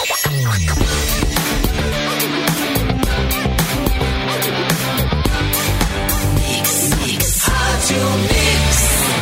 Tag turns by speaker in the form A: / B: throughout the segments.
A: manhã.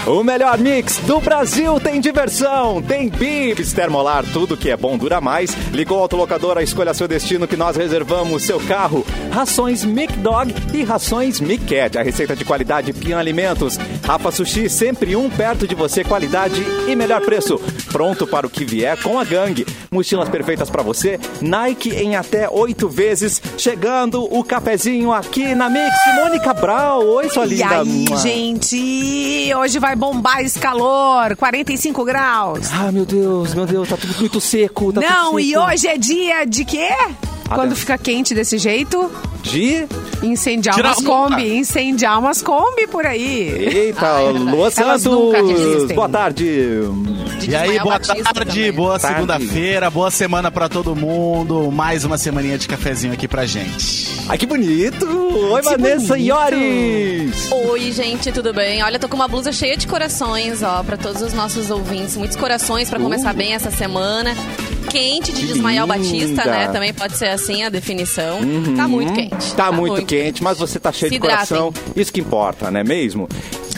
B: O melhor mix do Brasil tem diversão, tem bibs, termolar, tudo que é bom dura mais. Ligou o autolocador, escolha seu destino que nós reservamos seu carro. Rações Mic Dog e rações Mic Cat, a receita de qualidade Pian Alimentos. Rafa Sushi, sempre um perto de você, qualidade e melhor preço. Pronto para o que vier com a gangue. Mochilas perfeitas para você, Nike em até oito vezes. Chegando o cafezinho aqui na Mix. Mônica Brau, oi sua
C: E
B: linda.
C: aí,
B: Mua.
C: gente, hoje vai bombar esse calor, 45 graus.
B: Ah, meu Deus, meu Deus, tá tudo muito seco. tá
C: Não,
B: tudo
C: e
B: seco.
C: hoje é dia de quê? Quando fica quente desse jeito,
B: De.
C: incendiar
D: Tirar
C: umas
D: a multa.
C: Kombi, incendiar umas Kombi por aí.
B: Eita, Lua
C: Elas nunca
B: Santos!
C: desistem.
B: Boa tarde!
D: E aí,
E: Ismael
D: boa
E: Batista
D: tarde,
E: também.
D: boa
B: Tarde.
D: segunda-feira, boa semana pra todo mundo. Mais uma semaninha de cafezinho aqui pra gente.
B: Ai, que bonito! Oi, Vanessa
C: bonito.
B: Iores!
E: Oi, gente, tudo bem? Olha, eu tô com uma blusa cheia de corações, ó, pra todos os nossos ouvintes. Muitos corações pra
B: Uh.
E: começar bem essa semana. Quente de Ismael Batista,
B: linda. Uhum.
E: né? Também pode ser assim a definição. Tá muito quente.
B: Tá muito quente, mas você tá cheio
E: Se
B: de coração. Isso que importa, não é mesmo?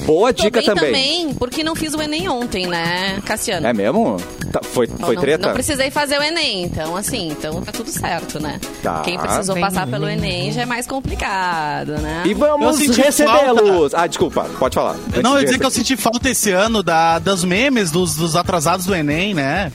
B: Boa
E: Tô
B: dica
E: bem também.
B: também.
E: porque não fiz o Enem ontem, né, Cassiano?
B: É mesmo? Tá, foi
E: Então,
B: foi
E: não,
B: treta?
E: Não precisei fazer o Enem, então assim, então tá tudo certo, né?
B: Tá.
E: Quem precisou
C: Vem,
E: passar
C: vem,
E: pelo
C: vem.
E: Enem já é mais complicado, né?
B: E vamos
D: Eu senti
B: recebê-los! Ah, desculpa, pode falar.
D: Não, eu ia dizer que eu senti falta esse ano da, das memes dos, dos atrasados do Enem, né?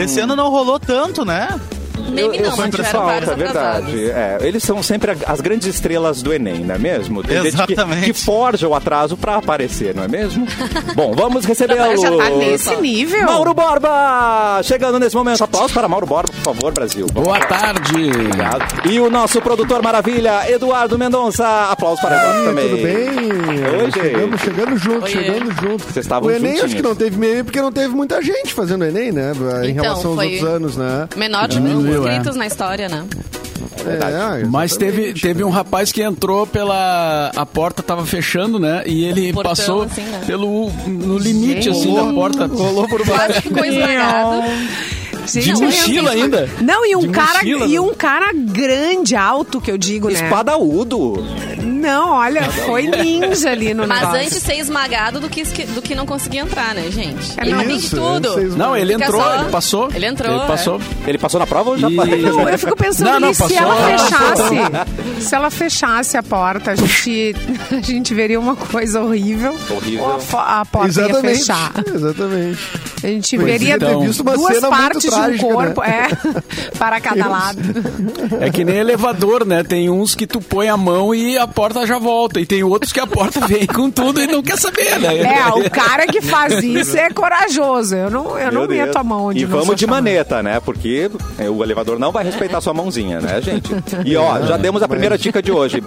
D: Esse ano não rolou tanto, né?
E: Meme
B: eu
E: não,
B: sou
E: mas tiveram
B: impressionado,
E: vários
B: é
E: atrasados.
B: verdade. É, eles são sempre a- as grandes estrelas do Enem, não é mesmo? Tem gente que-
D: Exatamente.
B: Que, forja o atraso pra aparecer, não é mesmo? Bom, vamos recebê-lo.
E: Trabalho já tá
C: Nesse nível.
B: Mauro Borba! Chegando nesse momento. Aplausos para Mauro Borba, por favor, Brasil.
F: Boa tarde.
B: Obrigado. E o nosso produtor maravilha, Eduardo Mendonça. Aplausos para ele também.
G: Tudo bem?
B: Oi,
G: chegamos,
B: gente.
G: chegando junto,
E: Oiê.
G: chegando junto.
B: Vocês estavam
G: O Enem
B: juntinhos.
G: acho que não teve meme porque não teve muita gente fazendo Enem, né? Em
E: Então,
G: relação aos
E: foi-
G: outros anos, né?
E: Menor de mil
F: Diminuiu, é.
E: inscritos na história, né?
B: verdade.
G: É,
F: Mas teve,
G: exatamente.
F: teve um rapaz que entrou pela. A porta tava fechando, né? E ele
E: Portão,
F: passou
E: assim, né?
F: pelo. no limite, assim, da porta. Rolou por
C: Tá
E: Quase ficou esmagado.
F: De
E: Não,
F: mochila
E: eu-
F: ainda.
C: Não, e um
F: De
C: cara
F: mochila,
C: e
F: não.
C: um cara grande, alto que eu digo, né?
B: Espadaúdo.
C: Não, olha, foi ninja ali no
E: Mas
C: negócio.
E: antes ser esmagado do que, esque- do que não conseguir entrar, né, gente?
C: É,
E: Ele
C: não.
E: tem de
G: Isso,
E: tudo.
G: antes ser
F: Não, ele
E: Fica
F: entrou,
E: só-
F: ele passou.
E: Ele entrou, é.
F: Ele passou.
B: Ele passou na prova ou já
F: E-
C: Não, eu fico pensando
F: Não, não,
C: nisso. Se
F: passou,
C: ela
F: não,
C: fechasse, se ela fechasse a porta, a gente, a gente veria uma coisa horrível.
B: Horrível.
C: Ou a, fo- a porta ia
G: Exatamente.
C: fechar.
G: Exatamente.
C: A gente
G: Pois
C: veria
G: então. Ter visto uma
C: duas
G: cena muito
C: partes de
G: trágica,
C: um
G: né?
C: corpo, é, para cada lado.
F: É que nem elevador, né? Tem uns que tu põe a mão e a porta já volta. E tem outros que a porta vem com tudo e não quer saber, né?
C: É, o cara que faz isso é corajoso. Eu não, eu não
B: Meu Deus.
C: meto a mão onde
B: E
C: não sou
B: vamos de
C: chamada.
B: maneta, né? Porque é, o elevador não vai respeitar sua mãozinha, né, gente? E ó, já demos a primeira dica de hoje.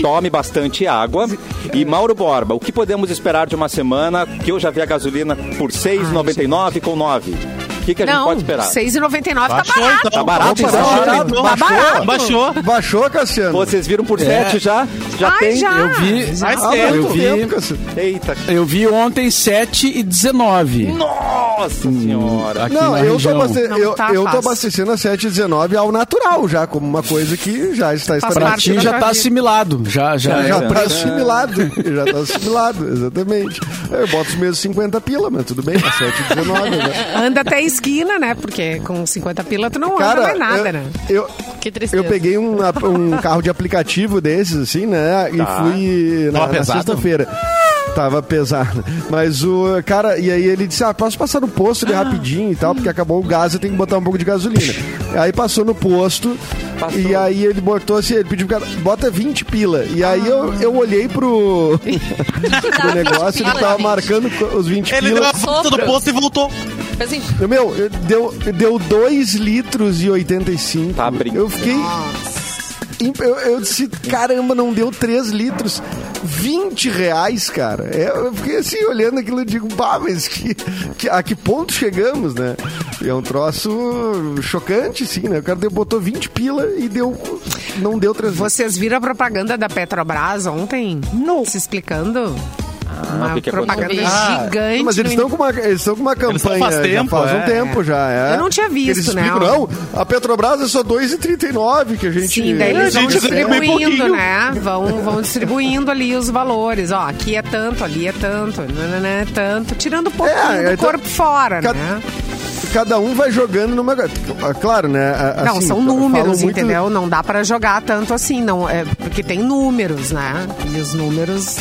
B: Tome bastante água. E Mauro Borba, o que podemos esperar de uma semana que eu já vi a gasolina por 6,99 com 9? O que, que a gente
C: Não,
B: pode esperar?
C: R$6,99 tá
D: Baixou,
C: barato.
D: então.
B: Tá barato,
D: Opa,
B: tá barato,
D: então.
B: tá
D: Baixou,
B: barato.
D: baixou.
G: Baixou, Cassiano?
B: Vocês viram por 7 já? Já
C: Ai,
B: tem?
C: já.
F: Eu vi.
C: Já.
D: Mas
G: Ah,
D: é,
G: muito
F: eu vi-
G: tempo, Cassiano.
B: Eita,
F: Eu vi ontem 7 e 19.
B: nossa senhora.
F: Aqui
G: Não,
F: na
G: eu tô,
F: região.
G: abaste...
C: Não
G: eu,
C: tá
G: eu tô
C: fácil.
G: abastecendo a 719 ao natural já, como uma coisa que já está
C: Faz
F: Pra
C: parte
F: ti
G: estabelecida.
C: da
F: já
C: tua
F: tá
C: vida.
F: assimilado. Já, já.
G: Já
B: É.
G: tá assimilado, já tá assimilado, exatamente. Eu boto os meus 50 pila, mas tudo bem, tá 7,19, né?
C: Anda até a esquina, né? Porque com 50 pila tu não anda
G: Cara,
C: mais nada,
G: eu,
C: né?
G: eu,
E: Que tristeza.
G: eu peguei um, ap- um carro de aplicativo desses, assim, né? E
B: Tá.
G: fui na,
D: Tava
G: na
D: pesado?
G: sexta-feira. Tava pesado. Mas o cara, e aí ele disse: Ah, posso passar no posto ali rapidinho e tal, porque acabou o gás, eu tenho que botar um pouco de gasolina. aí passou no posto.
B: Passou.
G: E aí ele botou assim, ele pediu pro cara, bota 20 pila. E aí eu, eu olhei pro,
E: Tá,
G: pro negócio, ele tava marcando co- os 20
D: Ele
G: pila.
D: deu a foto do
E: Sopro.
D: posto e voltou.
E: Assim,
G: Meu, deu, deu 2 litros e 85.
B: Tá brincando.
G: Eu fiquei. imp- Eu, eu disse, caramba, não deu 3 litros. 20 reais, cara. É, Eu fiquei assim, olhando aquilo e digo, bah, mas que, que- a que ponto chegamos, né? E É um troço chocante, sim, né? O cara deu- botou 20 pila e deu. Não deu 3 litros.
C: Vocês viram a propaganda da Petrobras ontem? Não. Se explicando?
B: o
C: uma
B: que que
C: propaganda é
E: aconteceu?
G: Ah,
C: gigante.
G: Mas eles
C: no
G: estão com uma, eles estão com uma campanha
D: faz
G: já
D: tempo,
G: faz um
D: é.
G: tempo já, é.
C: Eu não tinha visto,
G: eles
C: né?
G: explicam, Não, a Petrobras é só 2,39 que a gente...
C: Sim, daí
G: É,
C: eles
D: a
C: vão
D: gente ganha bem
C: distribuindo,
D: pouquinho.
C: né? Vão, vão distribuindo ali os valores. Ó, aqui é tanto, ali é tanto, nananã é tanto. Tirando um pouquinho
G: É,
C: do
G: então-
C: corpo fora,
G: Ca-
C: né?
G: Cada um vai jogando numa... ah, Claro, né? a-
C: Não,
G: assim,
C: são
G: falam
C: números,
G: muito-
C: entendeu? Não dá pra jogar tanto assim, não. É, porque tem números, né? E os números.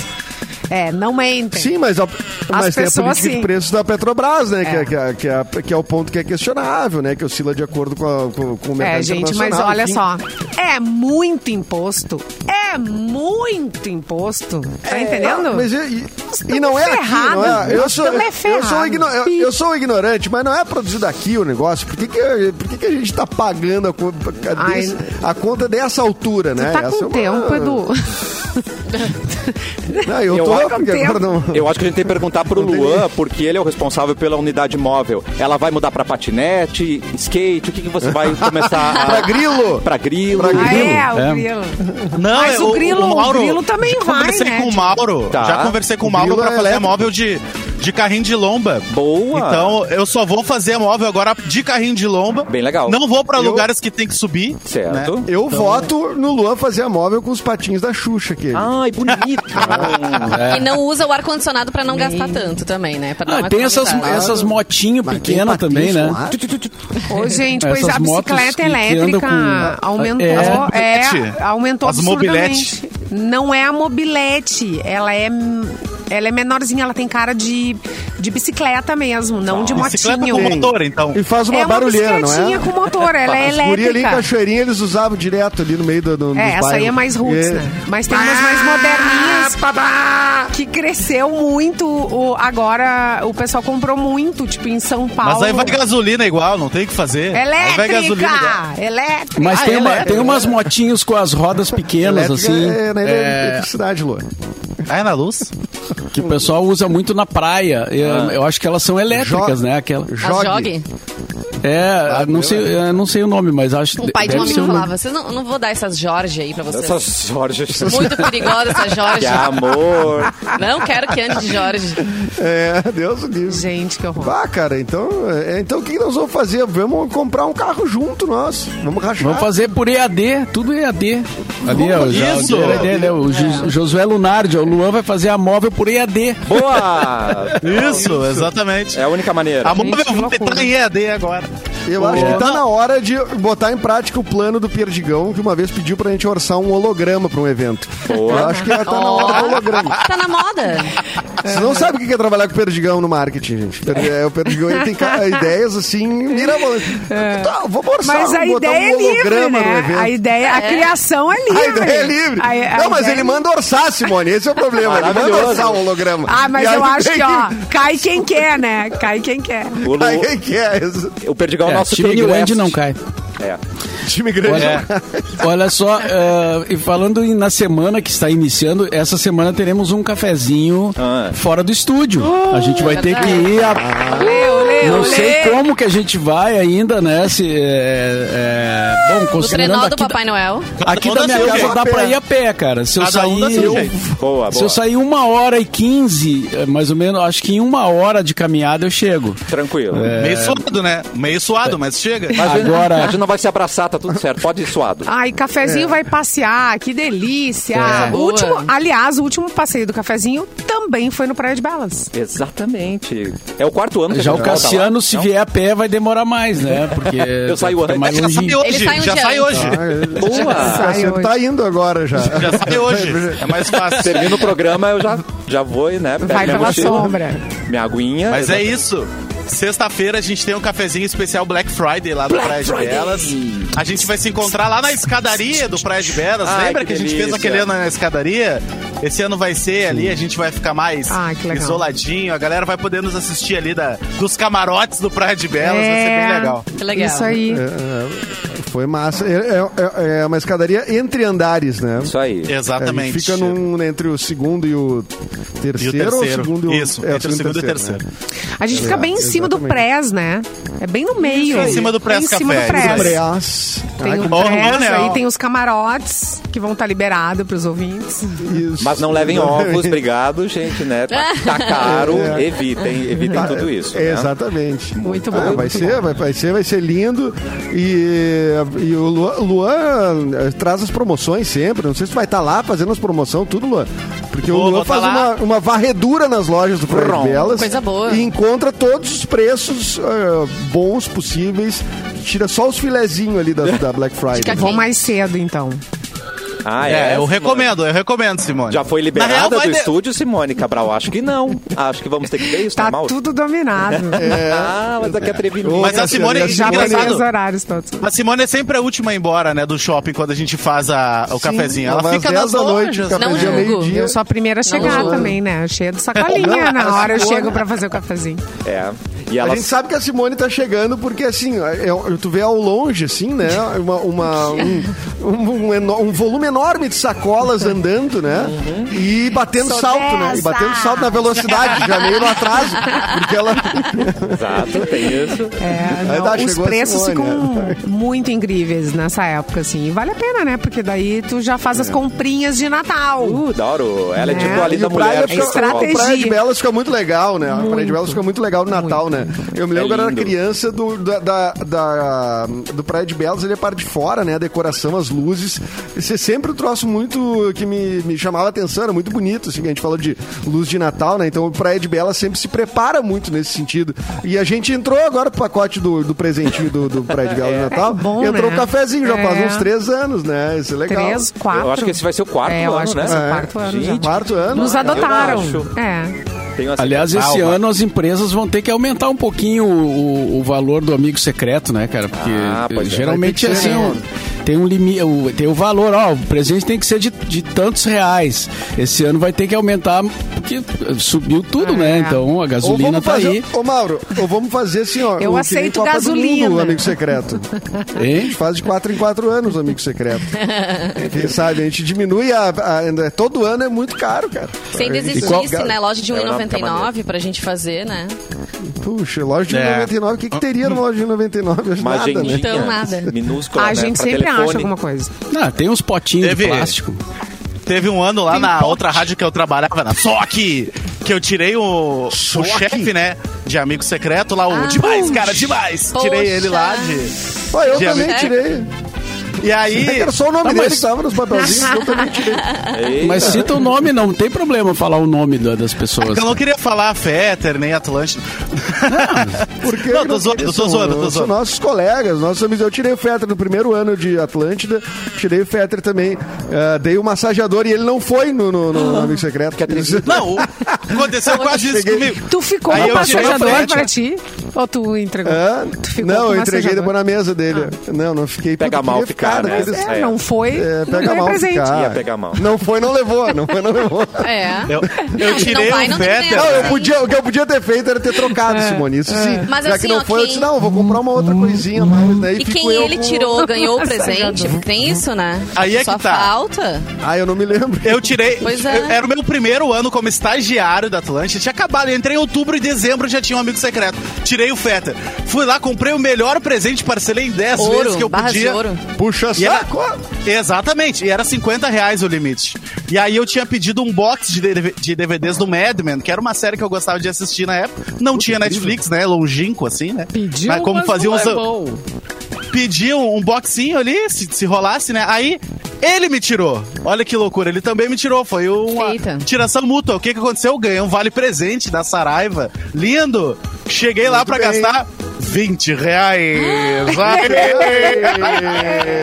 C: É, não mentem.
G: Sim, mas, a, mas tem a
C: pessoas,
G: política
C: sim.
G: de preços da Petrobras, né? Que,
C: É.
G: é, que, é, que, é, que é o ponto que é questionável, né? Que oscila de acordo com, a- com- com o mercado
C: É, gente, mas
G: internacional,
C: olha
G: enfim.
C: só. É muito imposto. É muito imposto. Tá entendendo?
G: Ah, mas e, e-
C: tamo
G: e não é aqui, não
C: ferrado.
G: é? Eu
C: Nós
G: sou,
C: tamo é
G: eu, sou
C: ferrado.
G: igno- eu- eu sou ignorante, mas não é produzido aqui o negócio. Por que, que, por que, que a gente tá pagando a, co- a
C: Ai.
G: desse- a conta dessa altura, né?
C: Tu tá
G: Essa
C: com
G: é uma-
C: tempo, Edu.
G: Não, eu,
B: Eu
G: tô,
B: acho que
G: porque
C: tem-
G: agora não...
B: Eu acho que a gente tem que perguntar pro
G: Não tem
B: Luan, porque ele é o responsável pela unidade móvel. Ela vai mudar pra patinete, skate, o que, que você vai começar a...
G: Pra grilo!
B: Pra grilo.
G: Pra
C: Ah,
G: grilo.
C: é, o
F: É.
C: grilo.
D: Não,
C: Mas
D: eu-
C: o grilo- o grilo também
D: já
C: vai,
D: conversei
C: né?
D: com o Mauro.
B: Tá.
D: Já conversei com o
G: O
D: Mauro
G: grilo
D: pra
G: é
D: fazer
G: elétrico.
D: móvel de, de carrinho de lomba.
B: Boa.
D: Então, eu só vou fazer móvel agora de carrinho de lomba.
B: Bem legal.
D: Não vou pra
G: Eu-
D: lugares que tem que subir.
B: Certo.
D: né?
F: Então-
G: Eu voto no Luan fazer a móvel com os patinhos da Xuxa aqui.
F: Ah.
B: Ai, bonito.
E: E não usa o ar-condicionado pra não gastar tanto também, né? Pra dar
F: É. Ah,
E: uma
F: tem essas,
E: economizada.
F: essas motinhas
G: Mas tem
F: pequenas
G: patins
F: também, né?
G: lá?
C: Ô, gente, pois
F: Essas
C: a
F: motos
C: bicicleta
F: que- que
C: elétrica
F: andam com-
C: aumentou. É,
D: É.
C: aumentou
D: As
C: absurdamente. Não é a mobilete. Ela é, ela é menorzinha, ela tem cara de, de bicicleta mesmo, não de
D: Bicicleta
C: motinho.
D: com motor, então.
G: E faz uma
C: é uma
G: barulheira, não
C: bicicletinha
G: é?
C: com motor, ela é
G: As guri ali em
C: elétrica.
G: Cachoeirinha eles usavam direto ali no meio do. do
C: É, essa
G: dos
C: aí
G: bairros. Ah,
C: é mais roots,
G: E-
C: né? Mas tem umas mais moderninhas que cresceu muito. o- agora o pessoal comprou muito, tipo, em São Paulo.
D: Mas aí vai gasolina igual, não tem o que fazer. Aí vai gasolina igual.
G: né?
C: Elétrica! Elétrica!
F: Mas
D: Ah,
F: tem, uma-
D: elétrica.
F: tem umas motinhos com as rodas pequenas,
G: Elétrica
F: assim,
G: É, né?
F: é,
G: Eletricidade, Luan.
D: Ah, é na luz?
F: que
G: um
F: o pessoal usa muito na praia. Eu, eu acho que elas são elétricas,
G: Jo- Ah,
F: né? Aquela.
E: As
G: Jogue.
E: Ah, jogue?
F: É, não sei, eu não sei o nome, mas acho
E: O Um pai de
F: deve
E: uma
F: ser
E: menina
F: o nome.
E: falava, vocês não, não vou dar essas Jorge aí pra vocês.
B: Essas Jorge.
E: Muito perigosa essa Jorge.
B: Que é amor.
E: Não quero que ande de Jorge.
G: É, Deus o
F: um-
G: livre.
C: Gente, que horror.
G: Vá, cara, então, é, então o que nós vamos fazer? Vamos comprar um carro junto, nós. Vamos rachar.
F: Vamos fazer por EAD, tudo EAD. Ali, ó, já,
D: Isso!
F: o EAD, né? O Jo- Josué Lunardi, ó, o Luan vai fazer a móvel por EAD.
B: Boa.
D: Isso, exatamente.
B: É a única maneira.
D: A móvel
C: que
D: vai
C: loucura. Então
D: estar em EAD agora.
G: Eu acho que tá
D: Não.
G: na hora de botar em prática o plano do Perdigão, que uma vez pediu pra gente orçar um holograma pra um evento.
B: Boa.
G: Eu acho que tá na
E: Ó.
G: hora do holograma.
E: Tá na moda.
G: Vocês não sabem o que é trabalhar com o Perdigão no marketing, gente. Per- é, O Perdigão ele tem ca- ideias assim, mirabolantes. Tá, vamos orçar,
C: É. Mas a
G: vamos botar
C: ideia
G: um
C: é livre,
G: holograma no
C: né?
G: evento.
C: A ideia, a criação é
G: A
C: livre.
G: ideia é livre.
C: A- a
G: não, mas
C: ideia
G: ele
C: é
G: manda orçar, Simone. Esse é o problema. Ele manda
B: Maravilhoso.
G: orçar o holograma.
C: Ah, mas
G: E aí
C: eu acho
G: tem
C: que, ó, cai quem quer, né? Cai quem quer.
B: O, Lu-
G: Aí quem que é? Esse
B: o Perdigão é o
F: É,
B: nosso
F: time
B: Kanye
F: grande
B: West.
F: não cai.
B: É.
G: Time grande.
F: Olha, olha só, eh, e falando em- na semana que está iniciando, essa semana teremos um cafezinho
B: Ah.
F: fora do estúdio. a gente vai ter que ir a.
C: Olê, olê,
F: Não
C: olê.
F: sei como que a gente vai ainda, né? Se, é, é, bom,
E: O
F: considerando
E: trenó do
F: aqui,
E: Papai Noel.
F: aqui
D: Cada
F: da
D: um dá
F: minha
D: seu
F: casa
G: jeito.
F: dá pra ir a pé, cara. Se eu
D: Cada um dá
F: sair,
D: seu
F: eu-
D: jeito.
B: Boa, boa.
F: se eu sair uma hora e quinze, eh, mais ou menos, acho que em uma hora de caminhada eu chego.
B: Tranquilo.
C: É.
F: É.
D: Meio suado, né? Meio suado, mas chega.
B: A
F: Agora,
B: gente não vai se abraçar, tá tudo certo. Pode ir suado.
C: Ai,
D: É.
C: cafezinho vai passear, que delícia. O
E: Boa.
C: último, aliás, o último passeio do cafezinho também foi no Praia de Belas.
B: Exatamente. É o quarto ano que
F: já
B: a
F: o
B: gente volta lá.
F: Cassiano, se
B: Não?
F: vier a pé, vai demorar mais, né? Porque eu
B: saio antes.
F: mais
D: Já sai
F: longinho.
D: hoje.
E: sai um
D: já
E: dia
D: sai
E: antes.
D: hoje.
B: Boa.
C: Sai
G: Você
C: hoje.
G: tá indo agora já.
D: Já sai hoje. É mais fácil.
B: Termino o programa, eu já, já vou, né? Pego
C: Vai
B: minha
C: pela
B: mochila,
C: sombra.
B: Minha aguinha.
D: Mas é isso. Sexta-feira a gente tem um cafezinho especial Black Friday lá do Praia de Belas. A gente vai se encontrar lá na escadaria do Praia de Belas.
B: Ai,
D: Lembra
B: que
D: que, a gente fez
B: delícia.
D: aquele ano na escadaria? Esse ano vai ser ali, a gente vai ficar mais
C: Ai, que legal.
D: isoladinho. A galera vai poder nos assistir
C: É.
D: ali da, dos camarotes do Praia de Belas. Vai ser bem legal.
E: Que legal.
C: Isso aí.
G: É, é. foi massa. É, é- é- é uma escadaria entre andares, né?
B: Isso aí.
D: Exatamente.
G: É, e fica num, entre o segundo e o
D: E o
G: terceiro, ou o
D: terceiro.
G: segundo e o,
D: Isso,
G: é,
D: entre o segundo e o terceiro.
G: né?
C: A gente fica bem em cima do
G: Exatamente.
C: prés, né? É bem no meio.
D: aí. É, Em cima do prés
C: Em cima
D: café,
C: do
D: isso aí.
C: prés.
G: Preás.
C: É. Tem um- o
D: Bom,
C: press,
D: né?
C: aí tem os camarotes que vão estar liberados para os ouvintes.
G: Isso.
B: Mas não levem ovos, obrigado, gente, né? Tá, tá caro, evitem, evitem
G: Tá,
B: tudo isso. né?
G: é, Exatamente.
C: Muito
G: Ah,
C: bom,
G: vai,
C: muito
G: ser, Vai, vai ser, vai ser lindo. E, e o Luan, Luan, eh, traz as promoções sempre. Não sei se tu vai estar lá fazendo as promoções, tudo, Luan. Porque
D: Vou,
G: o Luan
D: vou tá
G: faz
D: lá.
G: uma, uma varredura nas lojas do Praia de Belas.
E: coisa boa.
G: E encontra todos os preços eh, bons possíveis. Tira só os filezinhos ali da, da Black Friday.
E: Fica
C: Vão
E: Sim.
C: mais cedo, então.
B: Ah,
D: É, eu
B: Simone?
D: recomendo, eu recomendo, Simone.
B: Já foi
D: Na real,
B: liberada
D: vai
B: do
D: de-
B: estúdio, Simone Cabral? Acho que não. Acho que vamos ter que ver isso,
C: Tá
B: mal?
C: tudo dominado.
B: Ah, mas aqui é prevenida.
D: Mas a Simone é
C: Já passei
D: engraçado.
C: os horários todos.
D: A Simone é sempre a última a ir embora, né, do shopping quando a gente faz a, o cafezinho.
G: mas
D: Ela
G: às
D: fica
G: 10
D: nas
G: da
D: lojas. né?
G: noite, o
E: Não
G: cafezinho é
E: julgo.
G: meio-dia.
C: Eu sou a primeira a chegar
E: Não,
C: também, né? Cheia de sacolinha. Na hora eu chego pra fazer o cafezinho.
B: É. E
G: A
B: ela
G: gente sabe que a Simone tá chegando porque, assim, é, é, tu vê ao longe, assim, né? Uma, uma- um, um- um eno- um volume enorme de sacolas andando, né? E batendo
C: Sou
G: salto, né? E
C: dessa.
G: batendo salto na velocidade, já meio no atraso. Porque ela.
B: Exato, tem isso.
C: É,
G: Aí
C: não,
G: dá,
C: os
G: chegou a
C: preços
G: Simone,
C: ficam
B: né?
C: muito incríveis nessa época, assim. E vale a pena, né? Porque daí tu já faz as
B: É.
C: comprinhas de Natal.
B: Uh, da hora. Ela é,
C: Né?
B: tipo ali
G: E
B: da
G: o Praia,
B: mulher.
G: fica,
B: que
C: estratégia.
G: o Praia de Belas fica muito legal, né? A Praia de Belas fica muito legal no Natal, né? Eu me lembro
B: É
G: quando eu era
B: lindo.
G: criança do, da, da- da- do Praia de Belas, ele é parte de fora, né? A decoração, as luzes. Isso é sempre um troço muito que me, me chamava a atenção, era muito bonito, assim, que a gente falou de luz de Natal, né? Então o Praia de Belas sempre se prepara muito nesse sentido. E a gente entrou agora pro pacote do, do presentinho do, do Praia de Belas de Natal.
C: É. bom,
G: entrou
C: né?
G: um cafezinho, já faz
C: É.
G: uns três anos, né? Isso é legal.
C: Três, quatro.
B: Eu acho que esse vai ser o quarto
C: é, eu
B: ano,
C: acho
B: né?
C: Que vai ser
G: É.
C: o quarto ano.
B: Gente,
C: já.
G: Quarto ano.
C: Nos
G: né?
C: adotaram.
B: acho.
C: É.
G: Tá
B: Tenho assim, essa-
F: Aliás, esse
D: Calma.
F: ano as empresas vão ter que aumentar um pouquinho o, o- o valor do amigo secreto, né, cara? Porque
B: Ah, pois é.
F: geralmente
G: Vai ter que
F: assim,
G: ser,
F: o-
G: né?
F: tem um limite, tem o valor, ó, o presente tem que ser de, de tantos reais. Esse ano vai ter que aumentar porque eh, subiu tudo,
C: É.
F: né? Então a
G: Ou
F: gasolina
G: vamos
F: tá
G: fazer,
F: aí.
G: Ô, Mauro, ou vamos fazer assim, ó.
C: Eu
G: o que nem
C: aceito
G: Copa do
C: gasolina.
G: Mundo, o amigo secreto. A
F: Hein?
G: gente faz de 4 em 4 anos, o amigo secreto. Quem sabe, a gente diminui a, a- Todo ano é muito caro, cara.
E: Se ainda
F: E qual-
E: existisse, né? Loja de
B: É, não, fica
E: 1,99 pra gente fazer, né?
G: Puxa, loja de
D: É.
G: 99, o que, que
F: Ah.
G: teria numa loja de 99? Acho
B: Uma
G: nada,
B: agendinha
G: né?
E: Então, nada.
B: minúscula,
C: A
B: né?
C: gente
B: Pra
C: sempre
B: telefone.
C: acha alguma coisa.
F: Ah, tem uns potinhos
D: Teve-
F: de plástico.
D: Teve um ano lá na outra rádio que eu trabalhava, na SOC, que eu tirei o, o chefe, né, de amigo secreto lá,
G: Ah,
D: o demais, cara, demais.
E: Poxa.
D: Tirei ele lá de...
G: Ó, eu
D: De
G: também
D: amigo-
G: tirei.
D: E aí...
G: Era só o nome
F: Tá,
G: dele
F: mas-
G: é que tava nos papelzinhos, eu também tirei.
B: Eita.
F: Mas cita o nome, não tem problema falar o nome da- das pessoas.
D: Eu não queria falar Fetter, nem Atlântida.
G: Porque
D: Não, tô zoando, tô
G: são-
D: zoando, tô
G: são
D: zoando.
G: nossos colegas, nossos amigos. Eu tirei o Fetter no primeiro ano de Atlântida, tirei o Fetter também, eh, dei o massageador e ele não foi no, no, no Amigo Secreto. Que atrevido.
D: Não, o- aconteceu quase isso
G: Cheguei.
D: comigo.
C: Tu ficou
D: Aí
C: no
D: eu tirei a
C: massageador
D: frente.
C: pra ti? Ou tu entregou?
B: É,
C: Tu ficou com
G: não,
C: o
G: eu entreguei
C: massageador?
G: depois na mesa dele. Não, não fiquei.
B: Pega
G: Puta,
B: mal
G: queria
B: ficar, né?
G: daqueles-
C: É, não foi.
G: É,
C: não
G: pega
C: ganhou
G: mal
C: presente.
G: ficar.
B: Ia pegar mal.
G: Não foi, não levou. Não foi, não levou.
E: É.
D: Eu,
E: Não,
D: eu
E: se não
D: tirei
E: vai,
D: o
E: não tem
D: Fetter.
E: nada.
G: Não, eu podia, o que eu podia ter feito era ter trocado,
C: É,
G: Simone. Isso sim.
E: Mas
G: Já
E: assim,
G: que não
E: ó,
G: foi, eu
E: quem-
G: disse, não, eu vou comprar uma outra coisinha mais, né?
E: E
G: fico
E: quem
G: eu
E: ele
G: com-
E: tirou ganhou o presente?
C: Massageador.
E: Tem isso, né?
D: Aí é
E: Só
D: que tá.
E: falta.
G: Ah, eu não me lembro.
D: Eu tirei.
E: Pois é.
D: eu- era o meu primeiro ano como estagiário da Atlântida. Tinha acabado. Eu entrei em outubro e dezembro já tinha um amigo secreto. Tirei o Feta. Fui lá, comprei o melhor presente, parcelei em 10 vezes
E: Ouro,
D: que eu
E: barra de
D: podia.
E: ouro.
G: Puxa
D: E era,
G: saco.
D: exatamente, e era 50 reais o limite. E aí eu tinha pedido um box de, DV de DVDs do Mad Men, que era uma série que eu gostava de assistir na época. Não tinha Netflix, né? Longínquo, assim, né?
C: Pediu,
D: Mas como
C: mas
D: faziam
C: não
D: os,
C: é bom.
D: pediu um boxinho ali, se, se rolasse, né? Aí ele me tirou. Olha que loucura, ele também me tirou. Foi uma
E: Eita.
D: tiração mútua. O que, que aconteceu? Eu ganhei um vale presente da Saraiva. Lindo! Cheguei lá pra
G: bem.
D: gastar 20 reais.
G: Ah.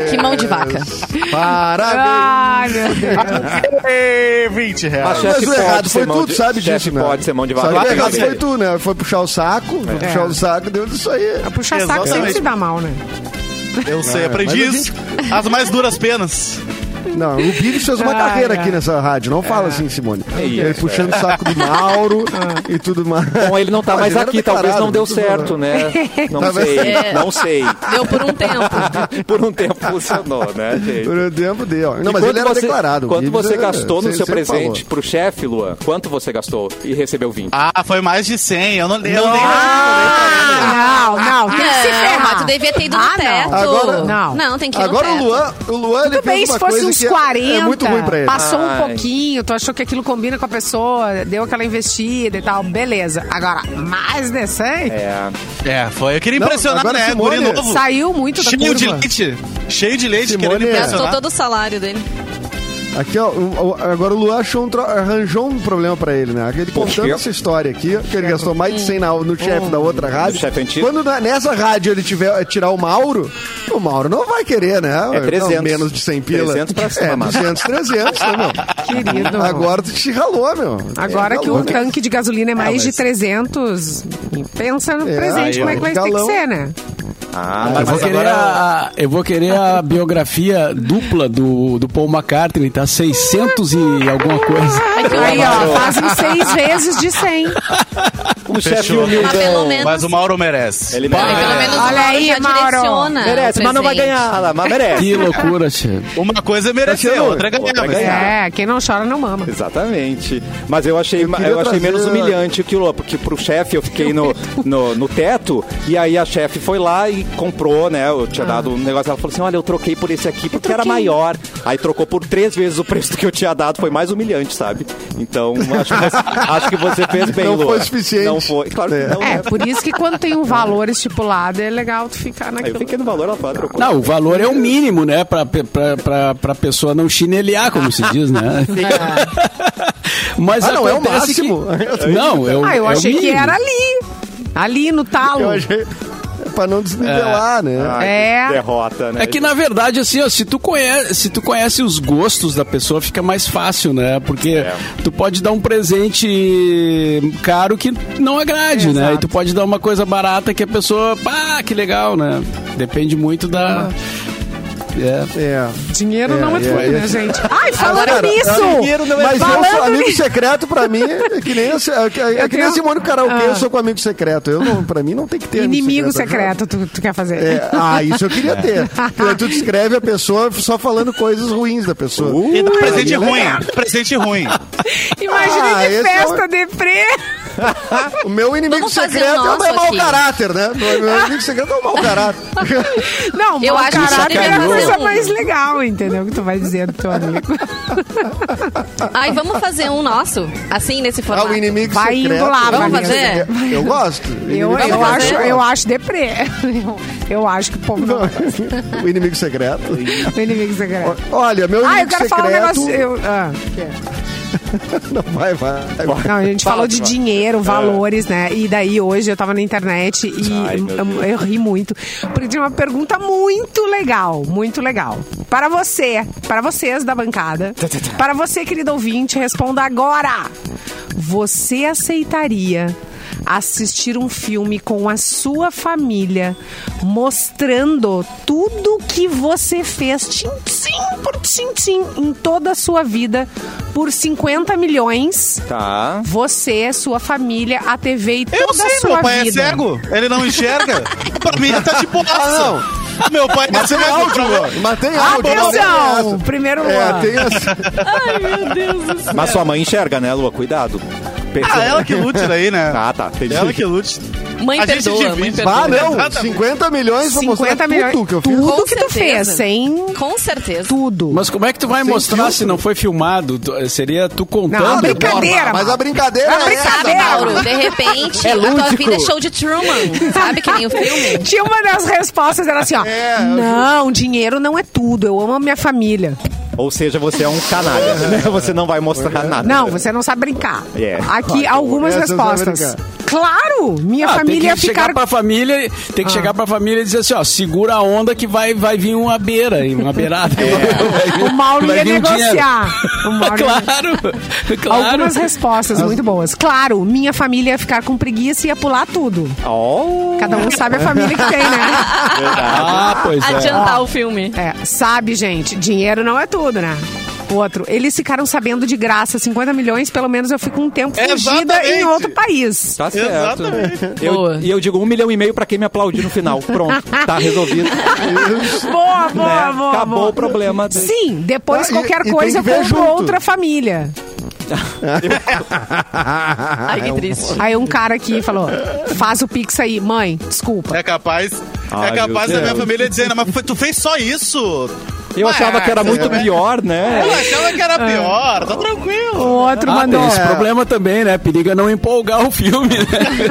E: Que mão de vaca.
G: Parabéns.
C: Ai, meu Deus.
D: Aê, 20
B: Mas
D: reais.
B: chefe
G: o
B: pode
G: errado
B: ser
G: foi
B: mão
G: tudo,
B: de-
G: sabe
B: chefe
G: disso, né?
B: pode ser mão de
G: Só
B: vaca. É.
G: que o errado
B: Tem
G: foi
B: que-
G: tu, né? Foi puxar o saco, foi puxar o saco, deu isso aí.
C: Puxar saco sempre
D: Exatamente.
C: se dá mal, né?
D: Eu sei,
G: É,
D: aprendi
G: mas a
D: isso. As mais duras penas.
G: Não, o Bibi fez uma
C: Ah,
G: carreira
C: é.
G: aqui nessa rádio, não fala assim, Simone.
B: É isso,
G: ele puxando o saco do Mauro
C: Ah.
G: e tudo mais.
B: Bom, ele não tá
G: Mas
B: mais
G: ele era
B: aqui, talvez
G: declarado,
B: não deu
G: não precisa
B: certo, né? Não
G: Talvez-
B: sei,
E: É.
B: não sei.
E: Deu por um tempo.
B: Por um tempo funcionou, né, gente?
G: Por um tempo deu. Não,
B: E
G: mas
B: quanto
G: ele era
B: você-
G: declarado. O
B: Quanto
G: Gibbs
B: você
G: é-
B: gastou no
G: sempre-
B: seu
G: sempre
B: presente pro chefe, Luan? Quanto você gastou e recebeu 20?
D: Ah, foi mais de 100. Eu não lembro.
C: Ah, não, não, tem que se
E: Não,
C: ferrar.
E: mas tu devia ter ido no
C: Ah, não.
E: teto.
G: Agora-
C: Não.
E: tem que ir
G: falou.
E: no
G: Agora o
E: teto.
G: Luan, o Luan ele
C: Tudo bem,
G: fez uma
C: se fosse
G: coisa
C: uns
G: que é-
C: 40,
G: é muito ruim pra ele.
C: passou
B: Ai.
C: um pouquinho, tu achou que aquilo combina com a pessoa, deu aquela investida e tal, beleza. Agora, mais de 100,
B: É.
D: É, foi. Eu queria
G: Não,
D: impressionar,
G: agora
D: né?
G: Simone-
D: Guri novo.
C: saiu muito da
D: Cheio de
C: curva.
D: leite. Cheio de leite,
G: Simone- é.
D: querendo
E: Gastou
D: impressionar.
E: todo o salário dele.
G: Aqui, ó, o- o- agora o Luan achou um tro- arranjou um problema pra ele, né? Ele contando
B: quê?
G: essa história aqui, ó, que
C: Hum.
G: ele gastou mais de 100 na- no chefe da outra rádio.
B: Hum. chefe antigo?
G: Quando na- nessa rádio ele tiver eh, tirar o Mauro, o Mauro não vai querer, né?
B: É 300.
G: Não, menos de 100 pila.
B: 300 pra cima,
G: É,
B: mano.
G: 200, 300, né, meu?
C: Querido.
G: Agora tu te ralou, meu.
C: Agora
G: É,
C: que
G: ralou,
C: o
G: né?
C: tanque de gasolina é mais
D: mas-
C: de 300, pensa no
G: É,
C: presente,
D: aí,
C: como é
G: ó,
C: que vai ter que
G: galão.
C: ser, né?
B: Ah,
F: Eu
B: mas
F: vou,
D: Mas
F: querer
D: agora-
F: a, eu vou querer a biografia dupla do, do Paul McCartney, tá? 600 e alguma coisa.
C: Aí, ó, fazem seis vezes de 100.
B: o chefe
D: Fechou.
E: Mas Ah, pelo
B: humildão.
E: menos.
D: Mas É. o Mauro merece.
B: Ele
E: Mas pelo menos o
C: Olha
E: Mauro
C: aí,
E: já
C: Mauro.
E: direciona. o
B: merece, mas não vai
E: presente.
B: ganhar, mas merece.
F: Que loucura, chefe.
D: Uma coisa é
G: Tá
D: merecer,
G: sendo-
D: outra é ganhar.
B: outra é
D: mas-
B: ganhar.
C: É, quem não chora não mama.
B: Exatamente. Mas eu achei, eu
G: queria
B: achei
G: trazer-
B: menos humilhante que o Lua, porque pro chefe eu fiquei no, no, no teto e aí a chefe foi lá e comprou, né? Eu tinha dado um negócio, ela falou assim: olha, eu troquei por esse aqui porque era maior. Aí trocou por três vezes o preço que eu tinha dado, foi mais humilhante, sabe? Então, acho que você, acho que você fez bem,
G: Não
B: Lua.
G: foi suficiente.
B: Não foi. Claro que
G: É.
B: não.
C: É,
B: né?
C: por isso que quando tem um valor estipulado, é legal tu ficar
B: Aí eu
C: naquilo.
B: fiquei no valor, ela falou, trocou.
F: Não, o valor é o mínimo, né? Pra, pra, pra, pra pessoa não chineliar, como se diz, né? Mas
G: Ah, não, é o
F: acontece que-
G: máximo.
F: Não, é
G: É
F: eu,
G: um
C: Ah, eu achei que era ali. Ali no talo.
G: Eu achei... é Pra não desnivelar, né?
B: Ai, que
C: É.
B: Derrota, né?
F: É que na verdade, assim, ó, se tu conhece, se tu conhece os gostos da pessoa, fica mais fácil, né? Porque
C: É.
F: tu pode dar um presente caro que não agrade, né? E tu pode dar uma coisa barata que a pessoa, pá, que legal, né? Depende muito da. É.
G: É.
C: Dinheiro não é
G: é,
C: tudo,
G: é.
C: né, gente? Ai, falando
G: Cara,
C: nisso!
G: Dinheiro não é mas eu
C: Falando
G: sou amigo
C: nisso.
G: secreto pra mim, é que nem, a- é que- é que nem a
C: tenho-
G: Simone no karaokê,
C: Ah.
G: eu sou com amigo secreto. Eu não, pra mim não tem que ter
C: Inimigo
G: tá
C: secreto, tu, tu quer fazer.
G: ligado? É, ah, isso eu queria ter. Porque tu descreve a pessoa só falando coisas ruins da pessoa.
D: E dá presente
G: Pra mim é
D: ruim.
G: legal.
D: Presente ruim.
C: Imagina
G: Ah,
C: de
G: esse
C: festa
G: é o-
C: deprê.
G: O meu inimigo
E: Vamos fazer o
G: secreto é o
E: nosso
G: meu mau
E: aqui.
G: caráter, né? Meu meu inimigo secreto é o mau caráter.
C: Não,
E: Eu
C: mau
E: acho que
C: caráter
E: isso
C: é a
E: deveria
C: coisa
E: fazer um.
C: mais legal, entendeu? Que tu vai dizer do teu amigo.
E: Ai, vamos fazer um nosso? Assim, nesse
G: Ah,
E: formato.
G: o inimigo
C: Vai
G: secreto.
C: indo lá,
G: é o
E: Vamos
G: inimigo
E: fazer?
G: secreto. Eu gosto.
C: Eu,
G: Inimigo
C: eu,
G: secreto.
C: acho, eu acho deprê. Eu, eu acho que o povo não
G: Não. o inimigo secreto.
C: o inimigo secreto.
G: Olha, meu inimigo
C: Ah, eu quero
G: secreto.
C: falar um negócio. eu- ah.
G: Não, vai, vai.
C: Não, a gente falou de
B: É.
C: dinheiro, valores, né? E daí hoje eu tava na internet e
B: Ai, meu
C: eu, eu ri muito. Porque tinha uma pergunta muito legal, muito legal. Para você, para vocês da bancada,
B: Tá,
C: para você, querido ouvinte, responda agora. Você aceitaria assistir um filme com a sua família, mostrando tudo que você fez, tim-tim por tim-tim, em toda a sua vida, por 50 milhões
B: Tá.
C: você, sua família, a TV e toda
D: Eu
C: a
D: sei,
C: sua
D: meu pai
C: vida.
D: é cego. Ele não enxerga. pra mim, ele tá tipo
G: Ah,
D: não. Meu pai é
G: Tem
D: cego.
G: áudio, Luan. Mas tem áudio.
C: Atenção! Primeiro
G: não tem essa.
C: Luan.
G: É, tem essa.
B: Mas sua mãe enxerga, né, Lua? Cuidado.
D: Ah, ela que lute daí, né?
B: Ah, tá. Entendi.
D: Ela que lute.
E: Mãe
D: A gente
E: perdoa, mãe
D: divide.
E: perdoa.
G: Ah, não.
D: Exatamente.
G: 50 milhões pra
C: 50
G: mostrar
C: milhões.
G: tudo que eu fiz.
C: Tudo
E: Com
C: que tu
E: certeza.
C: fez, sem
E: Com certeza.
C: tudo.
F: Mas como é que tu vai
G: Sem
F: mostrar
G: filtro.
F: se não foi filmado? Tu- eh, Seria tu contando? Ah,
C: Não, Ah, brincadeira.
G: Norma, Ah, Mas
C: mano.
G: a brincadeira
C: A
G: é essa.
C: brincadeira.
E: Mauro, de repente, a tua vida é show de Truman. Sabe que nem o filme?
C: Tinha uma das respostas, era assim, ó.
G: É, eu
C: não, dinheiro não é tudo. Eu amo a minha família.
B: Ou seja, você é um canalha, né? Você não vai mostrar nada.
C: Não, você não sabe brincar.
B: É.
C: Aqui, algumas
G: Essa eu sabe
C: respostas. Claro! Minha
F: Ah,
C: família
F: tem que
C: ficar... Ah.
F: chegar pra família, tem que chegar pra família e dizer assim, ó, segura a onda que vai, vai vir uma beira, aí, uma beirada.
C: É. O Mauro
F: Vai
C: ia
F: vir um
C: negociar. O Mauro ia-
F: claro, claro.
C: Algumas respostas muito boas. Claro, minha família ia ficar com preguiça e ia pular tudo.
B: Oh,
C: Cada um sabe a família que tem, né?
B: verdade.
F: Ah, pois é.
E: Adiantar o filme.
C: É, sabe, gente, dinheiro não é tudo, né? outro. Eles ficaram sabendo de graça 50 milhões, pelo menos eu fico um tempo fugida
D: Exatamente.
C: em outro país.
B: Tá certo.
D: Exatamente.
B: Eu,
E: Boa.
B: e eu digo um milhão e meio pra quem me aplaudir no final. Pronto, tá resolvido.
C: Boa,
B: Né?
C: boa, boa.
B: Acabou
C: boa.
B: o problema. de-
C: Sim, depois
G: Ah, e- e
C: qualquer
G: tem
C: coisa eu
G: que ver
C: compro
G: junto.
C: outra família.
E: Ai, que triste.
C: Aí um cara aqui falou: faz o pix aí, mãe, desculpa.
D: É capaz,
B: Ai,
D: é capaz
B: meu
D: da minha
B: Deus.
D: família dizendo, mas foi- tu fez só isso?
B: Eu achava que era muito pior, né?
D: Eu achava que
E: É.
D: era pior, tá
C: O
D: tranquilo.
C: É um outro
F: Ah,
C: mandou.
F: tem esse problema também, né?
B: é
F: Periga não empolgar o filme, né?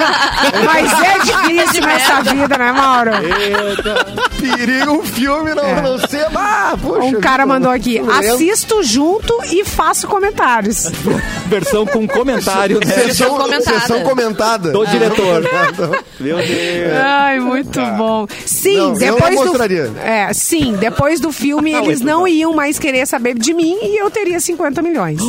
C: Mas é difícil nessa vida, né, Mauro?
G: Periga um filme, não, não sei. Ah, poxa.
C: É. Um cara
G: vida,
C: mandou aqui:
G: lento.
C: assisto junto e faço comentários.
B: Versão com comentário, né?
G: É, Sessão
E: comentada.
G: Sessão comentada. Ah,
B: Do diretor. Meu Deus.
C: Ai, muito bom. Sim,
G: Tá. Não, eu
C: depois
G: não
C: do
G: mostraria.
C: É, sim, depois do filme eles não iam mais querer saber de mim e eu teria 50 milhões.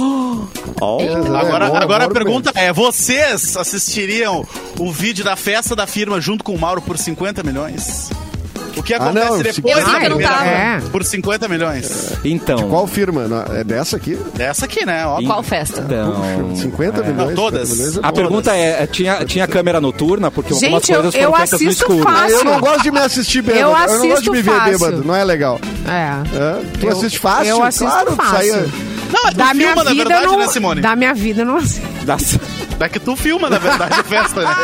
B: Ó,
D: Agora,
G: É,
D: agora
G: bom,
D: a
G: Mauro
D: pergunta é, vocês assistiriam o vídeo da festa da firma junto com o Mauro por 50 milhões? O que acontece
G: Ah, não,
D: depois
E: eu sei
D: da
E: que eu não
D: primeira
E: tava.
D: vez? por 50 milhões?
B: Então.
G: Qual firma? Não, É dessa aqui?
D: Dessa aqui, né? Ó,
E: Qual festa?
B: Então,
G: 50 milhões?
D: Hum, Não, todas.
G: 50 milhões é
B: a
G: bom.
B: pergunta é, é, tinha, tinha câmera noturna? Porque algumas
C: Gente, eu-
B: coisas foram
C: eu
B: feitas no
C: assisto
B: escuro.
C: fácil.
G: Ah, Eu não gosto de me assistir bêbado.
C: Eu
G: não gosto de
C: assisto
G: me ver
C: fácil.
G: bêbado. Não é legal.
C: É.
G: Hã? Tu
C: Eu-
G: assiste fácil?
C: eu assisto
G: claro, tu
C: fácil.
G: saía-
D: Não, é que tu
C: Da minha
D: filma, na
C: vida
D: verdade,
C: não,
D: né, Simone?
C: da minha vida não,
B: Das-
D: É que tu filma, na verdade, a festa, né?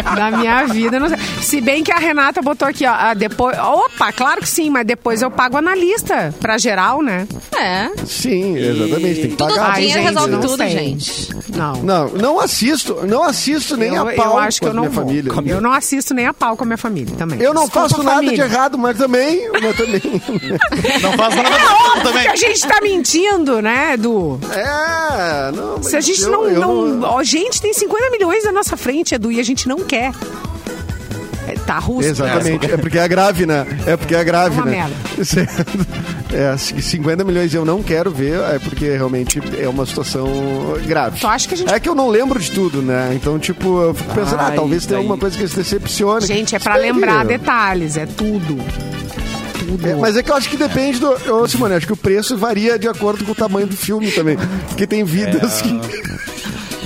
C: da minha vida não. Se bem que a Renata botou aqui, ó, ah, depois, opa, claro que sim, mas depois eu pago analista pra geral, né?
E: É.
G: Sim, exatamente. Tem que
E: Tudo
G: pagar. né?
C: Ai,
E: dinheiro
C: gente,
E: resolve
C: não
E: tudo,
C: sei.
E: gente.
C: Não.
G: Não, não assisto, não assisto nem
C: eu,
G: a
C: eu
G: pau
C: acho que
G: com
C: eu
G: a
C: não
G: minha
C: vou.
G: família.
C: Eu não assisto nem a pau com a minha família também.
G: Eu não
C: Desculpa,
G: faço nada
C: família.
G: de errado, mas também, mas também.
D: Não faz nada é também.
C: Porque a gente tá mentindo, né, Edu?
G: É, não. mas
C: Se a gente
G: eu-
C: não.
G: eu
C: não... Ó, gente, tem 50 milhões na nossa frente, Edu, e a gente não quer. É, Tá russo.
G: Exatamente, é porque é grave, né? É porque é grave,
C: Uma
G: né?
C: merda.
G: É, 50 milhões eu não quero ver, é porque realmente é uma situação grave.
C: Tu acha que a gente-
G: É que eu não lembro de tudo, né? Então, tipo, eu fico pensando, ah,
B: Ai,
G: talvez tenha
B: daí-
G: alguma coisa que se decepcione.
C: Gente, é pra
G: Espere.
C: lembrar detalhes, é tudo. Tudo.
G: É, mas é que eu acho que depende do. Ô, Simone, acho que o preço varia de acordo com o tamanho do filme também. Porque tem vidas que.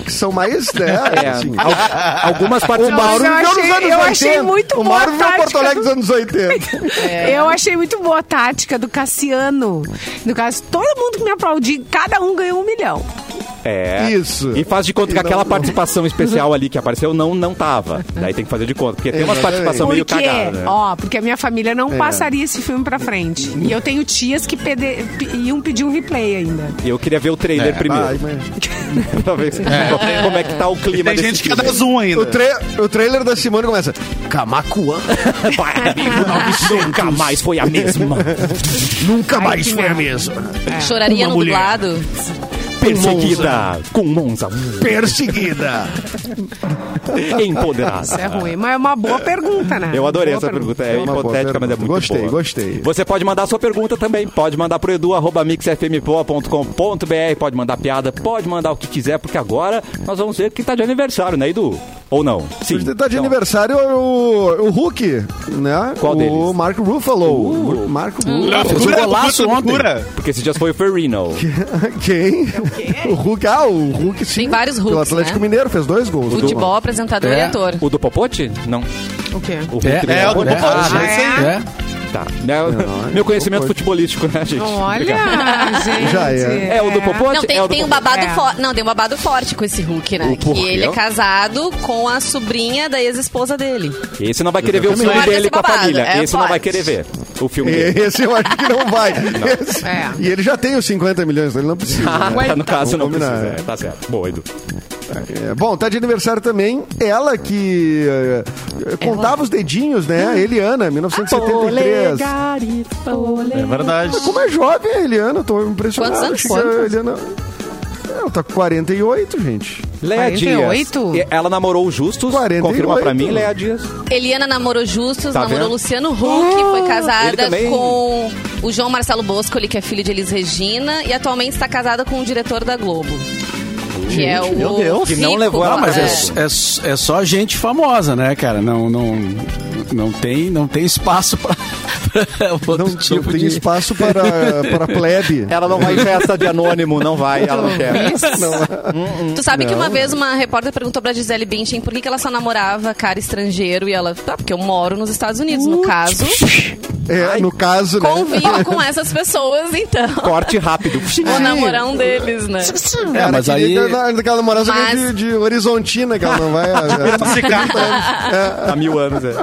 G: que são mais, né?
B: é,
G: assim.
B: al- algumas partes...
G: O Mauro
C: eu
G: viveu nos
C: achei-
G: anos
C: eu achei
G: 80.
C: muito
G: O
C: boa
G: Mauro viveu
C: a
G: Porto
C: tática
G: Alegre
C: do-
G: dos anos 80.
C: Eu achei muito boa a tática do Cassiano. No caso, todo mundo que me aplaudiu, cada um ganhou um milhão.
B: É.
G: Isso.
B: E faz de conta que
G: E
B: aquela
G: não-
B: participação especial ali que apareceu não, não tava. Daí tem que fazer de conta. Porque tem umas
G: Exatamente.
B: participações meio
C: Porque,
B: cagadas. né?
C: ó, porque a minha família
G: É.
C: não passaria esse filme pra frente. E eu tenho tias que pede- pe- iam pedir um replay ainda.
B: Eu queria ver o trailer primeiro.
G: Ai, Ah, mas-
B: pra ver como é que tá o clima
D: Tem
B: desse
D: gente que
B: filme.
D: dá zoom ainda.
G: O, tra- o trailer da Simone começa. Camacuã.
B: Vai, amigo, Nunca mais foi a mesma.
G: Nunca
C: Ai,
G: mais
C: que
G: foi a
C: merda.
G: mesma.
E: Choraria no
D: mulher.
E: dublado.
B: Perseguida com Monza.
G: Perseguida.
C: Isso é
B: Empoderada.
C: ruim. Mas é uma boa pergunta, né?
B: Eu adorei
C: Boa
B: essa pergunta. É
G: Uma boa
B: hipotética, mas é
G: pergunta.
B: muito
G: Gostei,
B: boa.
G: gostei.
B: Você pode mandar sua pergunta também. Pode mandar pro edu.mixfmpoa.com.br, pode mandar piada, pode mandar o que quiser, porque agora nós vamos ver quem tá de aniversário, né, Edu? Ou não? Sim.
G: Hoje tá de
B: Então,
G: aniversário o, o Hulk, né?
B: Qual
G: o
B: deles?
G: Mark Ruffalo. Marco Ruffalo.
F: Fez um golaço ontem.
B: Porque esses dias foi o Ferrino.
G: Quem? O Hulk. Ah, o Hulk
E: É
G: sim.
E: Tem vários
G: O
E: Hulks,
G: Atlético
E: né?
G: Mineiro fez dois gols.
E: Futebol, apresentador
B: É.
E: e ator.
B: O do Popote? Não.
C: O quê?
B: O
F: É,
B: Hulk do
D: É, o do
B: Popote?
D: Popó.
F: Ah,
D: é isso aí.
C: é?
F: É?
B: Tá. Meu,
G: é
B: meu conhecimento futebolístico, né, gente?
C: Olha,
B: Obrigado.
C: gente.
G: Já é.
B: É o do Popote?
E: Não, tem,
B: é o do
E: tem um
B: Popote.
E: babado
C: É.
E: forte. Não, tem um babado forte com esse Hulk, né?
B: O porquê?
E: que ele é casado com a sobrinha da ex-esposa dele.
B: Esse não vai querer ver o filme
G: Exatamente.
E: Guarda
B: dele
E: um esse
B: com a
E: babado,
B: família.
E: é
B: Esse não vai
E: forte.
B: querer ver o filme dele.
G: Esse eu acho que não vai. Esse-
C: É.
G: E ele já tem os 50 milhões, então ele não precisa.
B: Ah,
G: né?
B: tá, no caso, não
G: Vamos combinar.
B: precisa. É, tá certo. Boa, Edu.
G: É, bom, tá de aniversário também ela que eh, contava os dedinhos,
E: Ah.
G: né? Eliana, 1973.
D: É verdade.
G: Como é jovem a Eliana, eu tô impressionado.
E: Quantos anos?
G: Achei que a
E: Quantos?
G: Eliana... Ela tá com 48, gente.
B: Leia Dias.
C: 48?
B: Ela namorou o Justus.
G: 48.
B: Confirma pra mim, Leia Dias.
E: Eliana namorou Justus,
B: Tá
E: namorou
B: vendo? Uh!
E: Luciano Huck, foi
B: ele
E: casada
B: também.
E: com o João Marcelo Boscoli, que é filho de Elis Regina, e atualmente está casada com o diretor da Globo. que é o
D: meu Deus.
B: Que não levou ela
F: Ah, Mas
B: pra
E: é.
F: é, é, é só gente famosa, né, cara? Não, não, não tem, não tem espaço para outro
G: Não,
F: tipo
G: não tem
F: de... É
G: espaço para, para plebe.
B: Ela não vai em festa de anônimo, não vai, ela não quer.
E: Tu sabe que uma vez uma repórter perguntou pra Gisele Bündchen por que, que ela só namorava cara estrangeiro e ela, ah, porque eu moro nos Estados Unidos, no caso.
G: É, no caso, né?
E: Convivo com essas pessoas, então.
B: Corte rápido.
E: Vou namorar um deles, né?
F: É, mas aí...
G: Aquela namorada só que é
E: Mas-
G: de, de Horizontina, que ela não vai. é,
B: Há mil anos, é.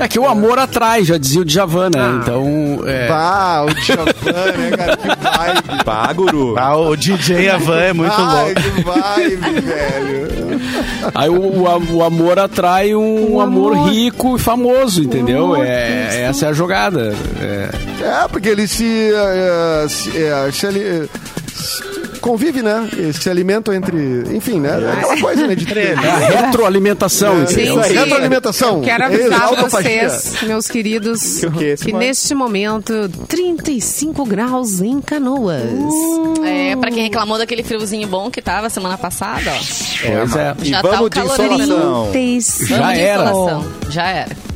F: É que o amor atrai, já dizia o Djavan, né? Então, é...
G: Bah, o Djavan, né, cara? Que vibe.
B: Pá, guru.
G: tá
D: Ah, o DJ Avan é muito
G: Ai,
D: louco.
G: que vibe, velho.
F: Aí o, o a- o amor atrai um, amor, rico e famoso, entendeu? É, essa é a jogada. É.
G: É, porque ele se. eh, se, eh, se ali- eh, se- convive, né? Eles se alimentam entre. Enfim, né? É aquela coisa, né? De
F: É a retroalimentação, entendeu?
C: Sim, sim.
G: Retroalimentação.
C: Quero
G: É isso,
C: avisar
G: autofagia.
C: vocês, meus queridos,
B: o quê?
C: que, neste momento, 35 graus em Canoas.
G: Uh,
E: É, pra quem reclamou daquele friozinho bom que tava semana passada, ó.
F: Pois é.
B: E
E: Já tá
B: vamos
E: o
B: de
E: calorzinho.
B: insolação.
C: 35.
F: Já
E: Vamos de
F: era.
E: instalação. Já era.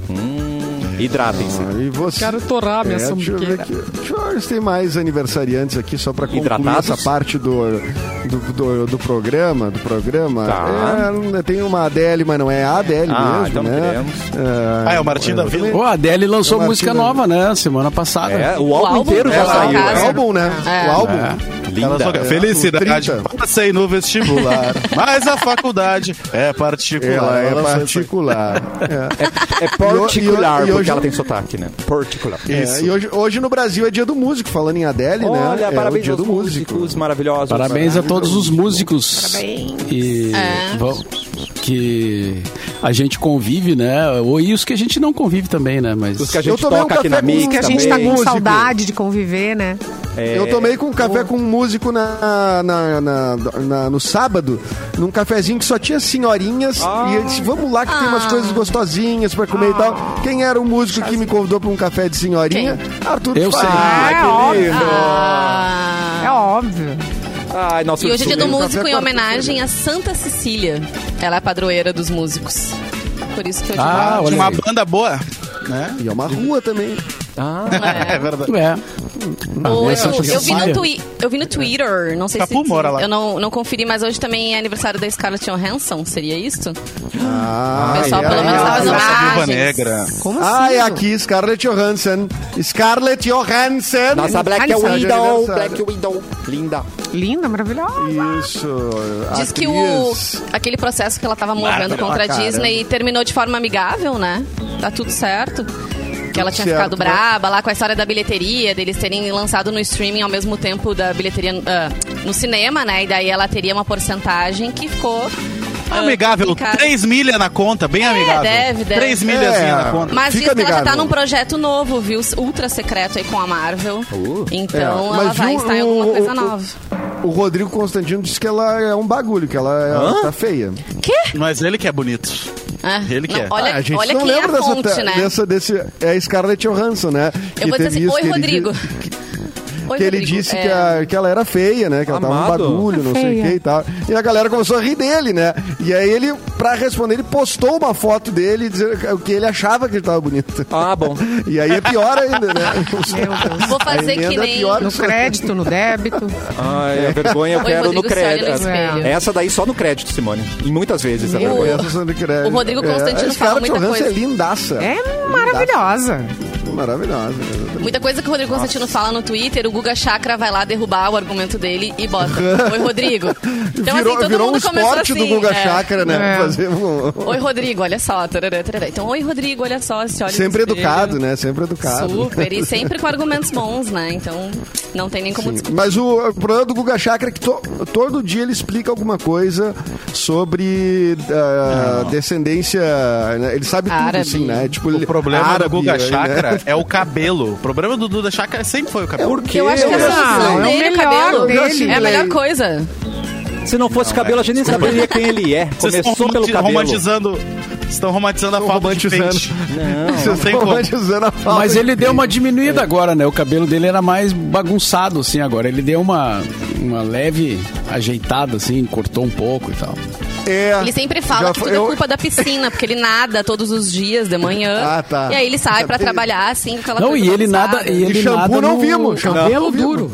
B: Hidratem-se.
G: E você...
A: Quero torar minha
G: É, deixa eu ver
A: sambiqueira.
G: aqui. Deixa eu ver se tem mais aniversariantes aqui, só pra concluir
B: Hidratados?
G: essa parte do, do, do, do programa. Do programa.
B: Tá.
G: É, tem uma Adele, mas não é a Adele
B: Ah,
G: mesmo,
B: então
G: né?
B: teremos.
G: É,
D: Ah, é o Martim da Vila.
F: Ô, a Adele lançou
G: Martina.
F: música nova, né? Semana passada.
B: É, o
E: O
B: álbum
E: álbum
B: inteiro já
E: dela,
B: saiu.
E: no
G: é o
E: caso.
B: né?
G: álbum, né?
E: É.
G: O álbum.
D: Ela só-
B: Linda.
D: Felicidade,
G: O 30.
D: passei no vestibular, mas a faculdade é particular.
G: Ela é
D: Ela lançou isso aí.
G: particular. É.
B: É particular,
G: E hoje-
B: porque ela tem sotaque, né? Particular.
G: É, e hoje, hoje no Brasil é dia do músico, falando em Adele, né?
B: Olha,
G: é o
B: parabéns
G: dia
B: aos
G: do músico.
B: músicos maravilhosos.
F: Parabéns a todos os
C: Tá
F: músicos. Que,
E: É.
F: vão- que a gente convive, né? Ou e os que a gente não convive também, né? Mas
B: Os que a
G: Eu
B: gente
G: tomei um
B: toca aqui
G: café
B: na
G: com-
B: Mix
C: Que a gente tá
B: também.
C: com
G: Músico.
C: saudade de conviver, né?
B: É,
G: Eu tomei com um café com um músico na, na- na- na- no sábado, num cafezinho que só tinha senhorinhas. E eu disse, vamos lá que tem
E: Ah.
G: umas coisas gostosinhas pra comer e tal. Quem era o músico que me convidou pra um café de senhorinha? Arthur
F: Eu
G: Fábio.
F: sei.
B: Ai,
C: É
B: que
C: óbvio.
B: lindo.
C: É
G: Ah.
C: óbvio.
B: Ai, nosso
E: E Ah. hoje é dia do
B: instrumento.
E: músico em
G: quarta-feira.
E: homenagem a Santa Cecília. Ela é a padroeira dos músicos. Por isso que hoje
F: Ah,
D: De
F: olha
D: uma
F: aí.
D: banda boa, né?
G: E é uma rua também.
D: É verdade.
F: É.
E: Ou
F: Ah, Essa
E: eu,
F: chance
E: eu vi
F: falha.
E: no twi- eu vi no Twitter, não sei
D: Capu
E: se.
D: mora lá.
E: Eu não, não conferi, mas hoje também é aniversário da Scarlett Johansson, seria isso?
G: Ah,
E: o pessoal
G: é.
E: pelo menos
G: Ah,
E: tava assim.
D: Nossa, Viúva
E: nas
D: Negra.
C: Como
G: Ah,
C: assim?
G: é aqui, Scarlett Johansson. Scarlett Johansson.
B: Nossa Black é
C: Alison.
B: Widow,
G: Aniversário.
B: Black Widow, linda.
C: Linda, maravilhosa.
G: Isso.
D: Ah,
E: Diz que o,
G: atriz.
E: aquele processo que ela tava movendo
G: Maravilha,
E: contra a
G: cara.
E: Disney terminou de forma amigável, né? Tá tudo certo. Que ela tinha
G: certo,
E: ficado
G: né?
E: braba lá com a história da bilheteria, deles terem lançado no streaming ao mesmo tempo da bilheteria ah, no cinema, né? E daí ela teria uma porcentagem que ficou. ah,
D: É Amigável,
E: complicada.
D: 3 milha na conta, bem amigável.
E: É, deve, deve.
D: 3 milhazinha
G: É.
D: na conta.
E: Mas
G: Fica
E: diz que ela já tá
G: amigável.
E: num projeto novo, viu? Ultra secreto aí com a Marvel. então
G: É,
E: ela
G: mas um-
E: vai
G: viu,
E: estar em
G: o-
E: alguma coisa
G: o-
E: nova.
G: O Rodrigo Constantino disse que ela é um bagulho, que ela, ela tá feia.
D: Mas ele que é bonito.
E: É.
D: Ele que
E: Não,
D: é.
E: Olha,
G: Ah, a gente
E: olha
G: não
E: quem é a
G: lembra dessa,
E: fonte,
G: ta-
E: né?
G: dessa- desse, é a Scarlett Johansson, né?
E: Eu vou dizer assim, oi, Rodrigo.
G: Que,
E: Oi,
G: que ele
E: Rodrigo.
G: disse
E: É.
G: que, a- que ela era feia, né? Que ela tava um
B: Amado.
G: bagulho, não sei
C: Feia.
G: o que e tal. E a galera começou a rir dele, né? E aí ele, pra responder, ele postou uma foto dele dizendo o que ele achava que ele tava bonito.
B: Ah, bom.
G: E aí é pior ainda, né?
E: Vou fazer
G: A emenda
E: que
G: é
E: nem.
G: pior
C: No crédito, no débito.
G: é
B: Ai, a vergonha eu
E: Oi,
B: quero no
E: Rodrigo, se olha no
B: crédito.
E: espelho.
B: É Essa daí só no crédito, Simone. E muitas vezes é a
E: Meu
B: vergonha.
G: Essa sendo crédito.
E: O Rodrigo Constantino
G: É, a
E: fala
G: Scarlett
E: muita
G: Johansson
E: coisa.
G: é lindaça.
C: É
G: Lindaça.
C: maravilhosa.
G: Maravilhosa. exatamente.
E: Muita coisa que o Rodrigo Constantino fala no Twitter, o Guga Chakra vai lá derrubar o argumento dele e bota. Oi, Rodrigo. Então,
G: virou
E: assim, todo
G: virou
E: mundo
G: um
E: começou
G: esporte
E: assim,
G: do Guga
E: é.
G: Chakra, né?
C: É.
G: Fazer um...
E: Oi, Rodrigo, olha só. tarará, tarará. Então, oi, Rodrigo, olha só. Se olha no
G: Sempre
E: espelho.
G: educado, né? Sempre educado.
E: Super, e sempre com argumentos bons, né? Então, não tem nem como
G: Sim.
E: discutir.
G: Mas o problema do Guga Chakra é que to- todo dia ele explica alguma coisa sobre ah, descendência. né? Ele sabe tudo,
E: Árabe.
G: assim, né? Tipo,
D: O
G: ele-
D: problema
G: árabe,
D: do Guga
G: né?
D: Chakra é o cabelo. O problema do Duda Chakra sempre foi o cabelo.
G: Porque
E: Eu acho que a
C: Não,
E: solução
C: é o
E: dele, o
C: melhor
E: cabelo,
G: assim,
C: dele.
E: é a melhor coisa.
B: Se não fosse cabelo, a gente nem saberia quem ele é.
D: Vocês
B: Começou
D: estão
B: pelo
D: romanti-
B: cabelo.
D: romantizando. Estão romantizando a falta de
G: romantizando.
D: pente.
G: Vocês
D: tem
G: estão
D: como.
G: romantizando a falta
F: Mas
G: de-
F: ele deu uma diminuída agora, né? O cabelo dele era mais bagunçado, assim, agora. Ele deu uma, uma leve ajeitada, assim, cortou um pouco e tal.
G: É.
E: Ele sempre fala
G: Já
E: que
G: foi-
E: tudo
G: eu-
E: é culpa da piscina, porque ele nada todos os dias de manhã.
G: Ah, tá.
E: E aí ele sai pra
G: Tem-
E: trabalhar, assim, com aquela
F: Não,
E: coisa
F: e ele
E: bagunçada.
F: nada. E ele
G: E shampoo
F: nada
G: não
F: no-
G: vimos. shampoo
C: Cabelo
G: não vimos.
C: duro.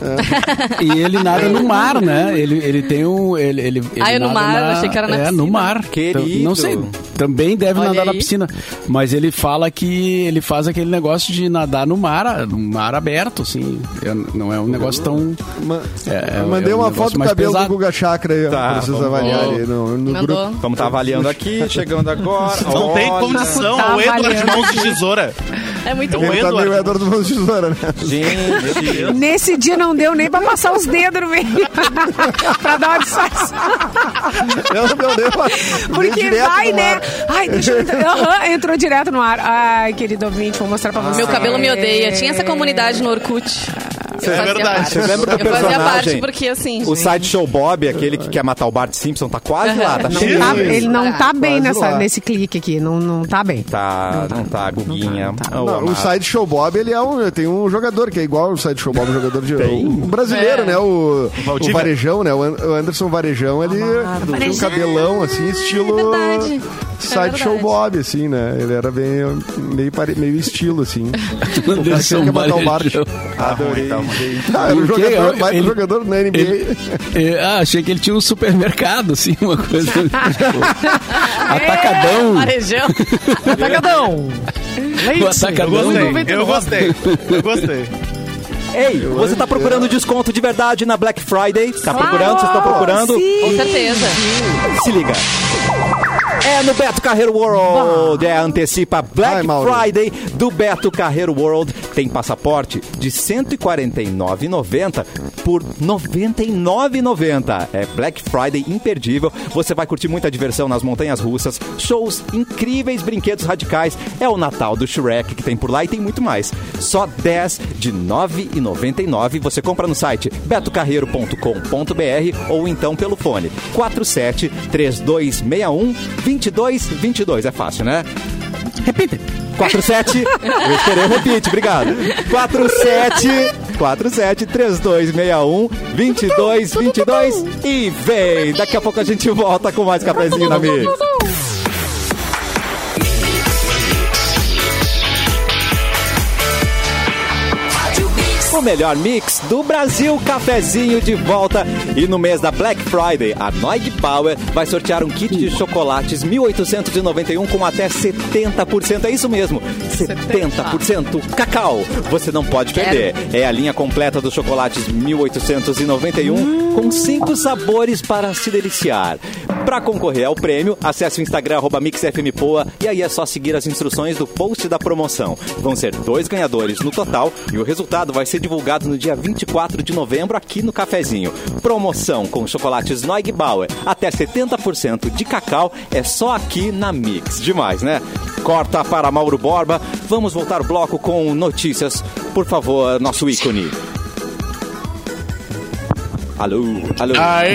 F: E ele nada no mar, né? Ele, ele tem um. Ele, ele, ele
E: Ah, é no
F: nada
E: mar, eu achei que era na
F: É,
E: piscina.
F: no mar.
B: Querido.
F: Então, Não sei. Também deve
E: Olha
F: nadar na
E: aí.
F: piscina. Mas ele fala que ele faz aquele negócio de nadar no mar, no mar aberto, assim. É, não é um negócio tão.
G: Ma-
F: É, é
G: Mandei
F: um
G: uma
F: negócio
G: foto do
F: mais
G: cabelo
F: pesado.
G: do Guga Chakra aí, ó,
B: Tá,
G: pra vocês
B: vamos-
G: avaliarem aí no, no
E: Mandou.
G: grupo.
B: Vamos tá avaliando aqui, chegando agora.
D: Não tem
B: Olha,
D: condição.
C: Tá
D: o Edward de
C: avaliando.
D: mãos de tesoura.
E: É muito
D: Então,
E: bom.
G: Ele tá meio
D: Eduardo.
G: Eduardo Mãos de Tesoura, né?
B: Gente,
C: Nesse dia não deu nem pra passar os dedos no meio. pra dar uma disfarçada.
G: Eu, meu Deus. veio
C: Porque
G: direto
C: vai,
G: no
C: né?
G: ar.
C: Ai, deixa eu entrar. Aham, entrou direto no ar. Ai, querido ouvinte, vou mostrar pra você.
E: Ah, Meu cabelo me odeia. Tinha essa comunidade no Orkut. Eu
D: é
E: fazia
D: verdade.
E: parte.
D: Você
B: lembra do
E: Eu fazia parte
B: personagem?
E: porque, assim.
B: o
E: gente,
B: sideshow Bob, aquele que quer matar o Bart Simpson, tá quase lá, tá
E: Não
B: chegando.
C: Tá-
D: Jesus.
C: ele não tá bem
G: Quase
C: nessa,
G: lá.
C: nesse clique aqui. Não, não tá bem.
B: Tá, não tá, Guguinha. Ô,
G: Não, o
B: amado.
G: Sideshow Bob, ele é um, tem um jogador que é igual o Sideshow Bob, um jogador de. Um brasileiro,
E: É.
G: né? O,
D: Valdívia.
G: o Varejão, né? O An- o Anderson Varejão, ele tinha um
E: Varejão.
G: cabelão, assim, estilo.
E: É verdade. É
G: Sideshow
E: verdade.
G: Bob, assim, né? Ele era bem, meio, pare- meio estilo, assim.
F: Anderson
G: quer matar o
F: Varejão.
G: Adorei.
B: tá ruim.
G: Ah, era um
F: O quê?
G: jogador,
F: Eu-
G: mais um
F: ele-
G: jogador na NBA.
F: Ele- é, ah, achei que ele tinha um supermercado, assim, uma coisa. tipo, atacadão.
E: Varejão.
C: Atacadão.
F: O
D: Eu
F: Um atacadão.
G: um
D: gostei.
F: do-
D: Eu gostei. Eu gostei.
B: Ei, você tá procurando desconto de verdade na Black Friday? Tá
C: Claro,
B: procurando? Vocês estão procurando?
C: sim.
E: Com certeza.
B: Se liga. É no Beto Carreiro World. É, antecipa Black
G: Vai, Mauro.
B: Friday do Beto Carreiro World. Tem passaporte de R$ 149,90 por R$ 99,90. É Black Friday imperdível. Você vai curtir muita diversão nas montanhas russas, shows incríveis, brinquedos radicais. É o Natal do Shrek que tem por lá e tem muito mais. Só 10 de R$ 9,99. Você compra no site betocarreiro.com.br ou então pelo fone 47 3261 2222. É fácil, né? 47. Eu esperei o repeat, obrigado. 47 47 3261 2222 e vem. Daqui a pouco a gente volta com mais cafezinho na Mix. O melhor mix do Brasil, cafezinho de volta. E no mês da Black Friday, a Noig Power vai sortear um kit de chocolates 1891 com até 70%. É isso mesmo, 70% cacau. Você não pode perder. É a linha completa dos chocolates 1891 com cinco sabores para se deliciar. Para concorrer ao prêmio, acesse o Instagram arroba MixFMPoa e aí é só seguir as instruções do post da promoção. Vão ser dois ganhadores no total e o resultado vai ser divulgado no dia 24 de novembro aqui no Cafezinho. Promoção com chocolates Noig Bauer, até 70% de cacau, é só aqui na Mix. Demais, né? Corta para Mauro Borba. Vamos voltar o bloco com notícias. Por favor, nosso ícone. Alô, alô.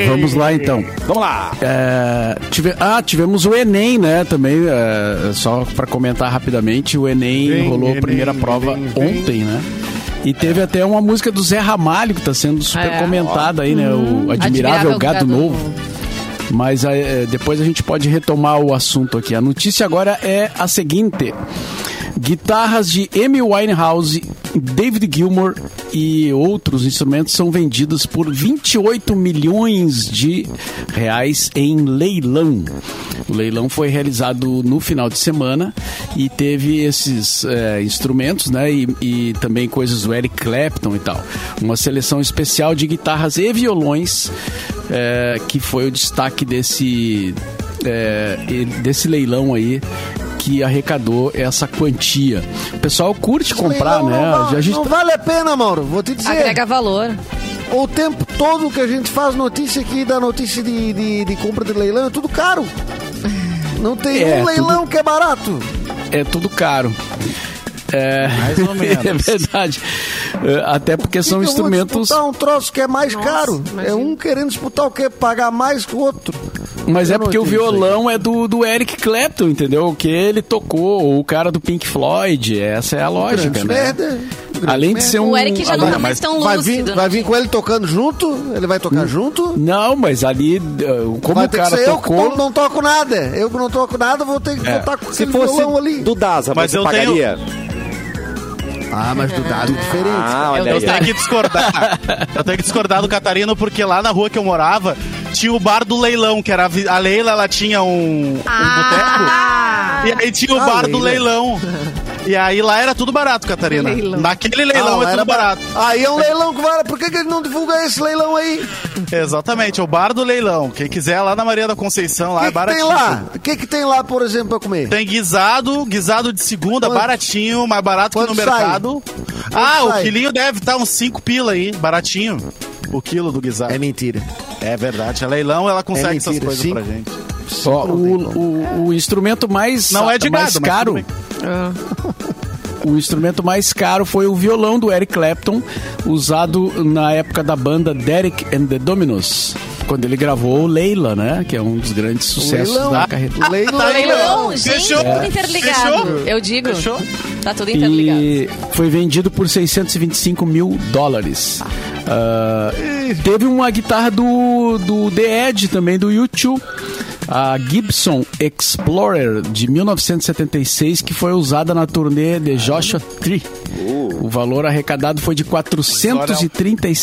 F: Vamos lá, então.
B: Vamos lá.
F: É, tive- ah, tivemos o Enem, né? Também, é, só para comentar rapidamente, o Enem
G: Vem,
F: rolou
G: Enem,
F: a primeira prova
G: vem, vem.
F: ontem, né? E teve até uma música do Zé Ramalho que tá sendo super
E: É.
F: comentada aí, né? O Admirável, Gado, Novo. Mas é, depois a gente pode retomar o assunto aqui. A notícia agora é a seguinte: guitarras de Amy Winehouse, David Gilmour e outros instrumentos são vendidos por 28 milhões de reais em leilão. O leilão foi realizado no final de semana e teve esses é, instrumentos, né? E, e também coisas do Eric Clapton e tal. Uma seleção especial de guitarras e violões é, que foi o destaque desse, é, e- desse leilão aí que arrecadou essa quantia. O pessoal curte comprar,
G: Não,
F: né?
G: Não,
F: A
G: vale-
F: gente
G: não vale a tá- pena, Mauro. Vou te dizer.
E: Agrega valor.
G: O tempo todo que a gente faz notícia aqui da notícia de, de, de compra de leilão é tudo caro. Não tem
F: É,
G: um leilão que é barato.
F: é tudo caro. É,
D: Mais ou menos.
F: é verdade. É, Até porque são
G: Fica um
F: instrumentos.
G: disputar um troço que é mais caro. É
C: imagina.
G: um querendo disputar o que pagar mais que o outro.
F: Mas
G: Eu
F: é
G: não
F: porque o
G: entendi isso aí.
F: violão é do, do Eric Clapton, entendeu? Que ele tocou, ou o cara do Pink Floyd. Essa é a lógica,
G: Grande
F: né?
G: merda. Grande
F: Além de
G: merda.
F: ser um.
E: O Eric já não tá
F: Agora,
E: mais tão
G: Vai vir,
E: lúcido. né,
G: vai vir
E: gente?
G: com ele tocando junto? Ele vai tocar junto?
F: Não, mas ali, uh, como
G: vai
F: o cara
G: eu que
F: tocou.
G: to- não toco nada. Eu que não toco nada, vou ter que
F: É.
G: botar com
B: Se
G: aquele
B: fosse
G: violão ali.
B: do Daza,
D: Mas
B: você
D: eu tenho-
B: pagaria?
G: Ah, mas do dado é diferente.
B: Ah, olha
E: Eu
D: Eu
B: aí.
D: tenho que discordar. eu tenho que discordar do Catarino, porque lá na rua que eu morava, tinha o bar do leilão, que era a vi- a Leila, ela tinha um, um boteco. E aí tinha o
G: Ah,
D: bar do
G: Leila.
D: leilão. E aí lá era tudo barato, Catarina.
C: Leilão.
D: Naquele
G: Ah,
D: leilão
G: lá
D: é
G: era
D: tudo barato.
G: Aí é um leilão que vale. Por que, que ele não divulga esse leilão aí? O
D: Exatamente, é o bar do leilão. Quem quiser lá na Maria da Conceição, lá
G: que,
D: é
G: que tem
D: baratinho.
G: lá? O que, que tem lá, por exemplo, pra comer?
D: Tem guisado, guisado de segunda,
G: Quanto?
D: baratinho, mais barato que no
G: Quanto sai?
D: mercado. ah,
G: sai?
D: o quilinho deve estar uns 5 pila aí, baratinho. O quilo do guisado.
G: É mentira.
D: É verdade, a leilão ela consegue essas
G: mentira,
D: coisas
G: cinco?
D: pra gente.
F: Ó,
G: então.
F: o, o, o instrumento mais,
D: Não é de
F: mais
D: gado, mas
F: caro.
D: tudo
F: O instrumento mais caro foi o violão do Eric Clapton, usado na época da banda Derek and the Dominos. Quando ele gravou Leila, né? Que é um dos grandes sucessos
G: Leilão.
F: da carreira.
G: Leilão.
D: tá aí,
E: Leilão,
D: Leilão.
E: gente,
D: Fechou?
E: tudo interligado.
D: Fechou?
E: Eu digo.
D: Fechou?
E: Tá tudo interligado.
F: E foi vendido por 625 mil dólares. Ah, teve uma guitarra do, do The Edge também, do YouTube. A Gibson Explorer de 1976, que foi usada na turnê de Joshua Tree. O valor arrecadado foi de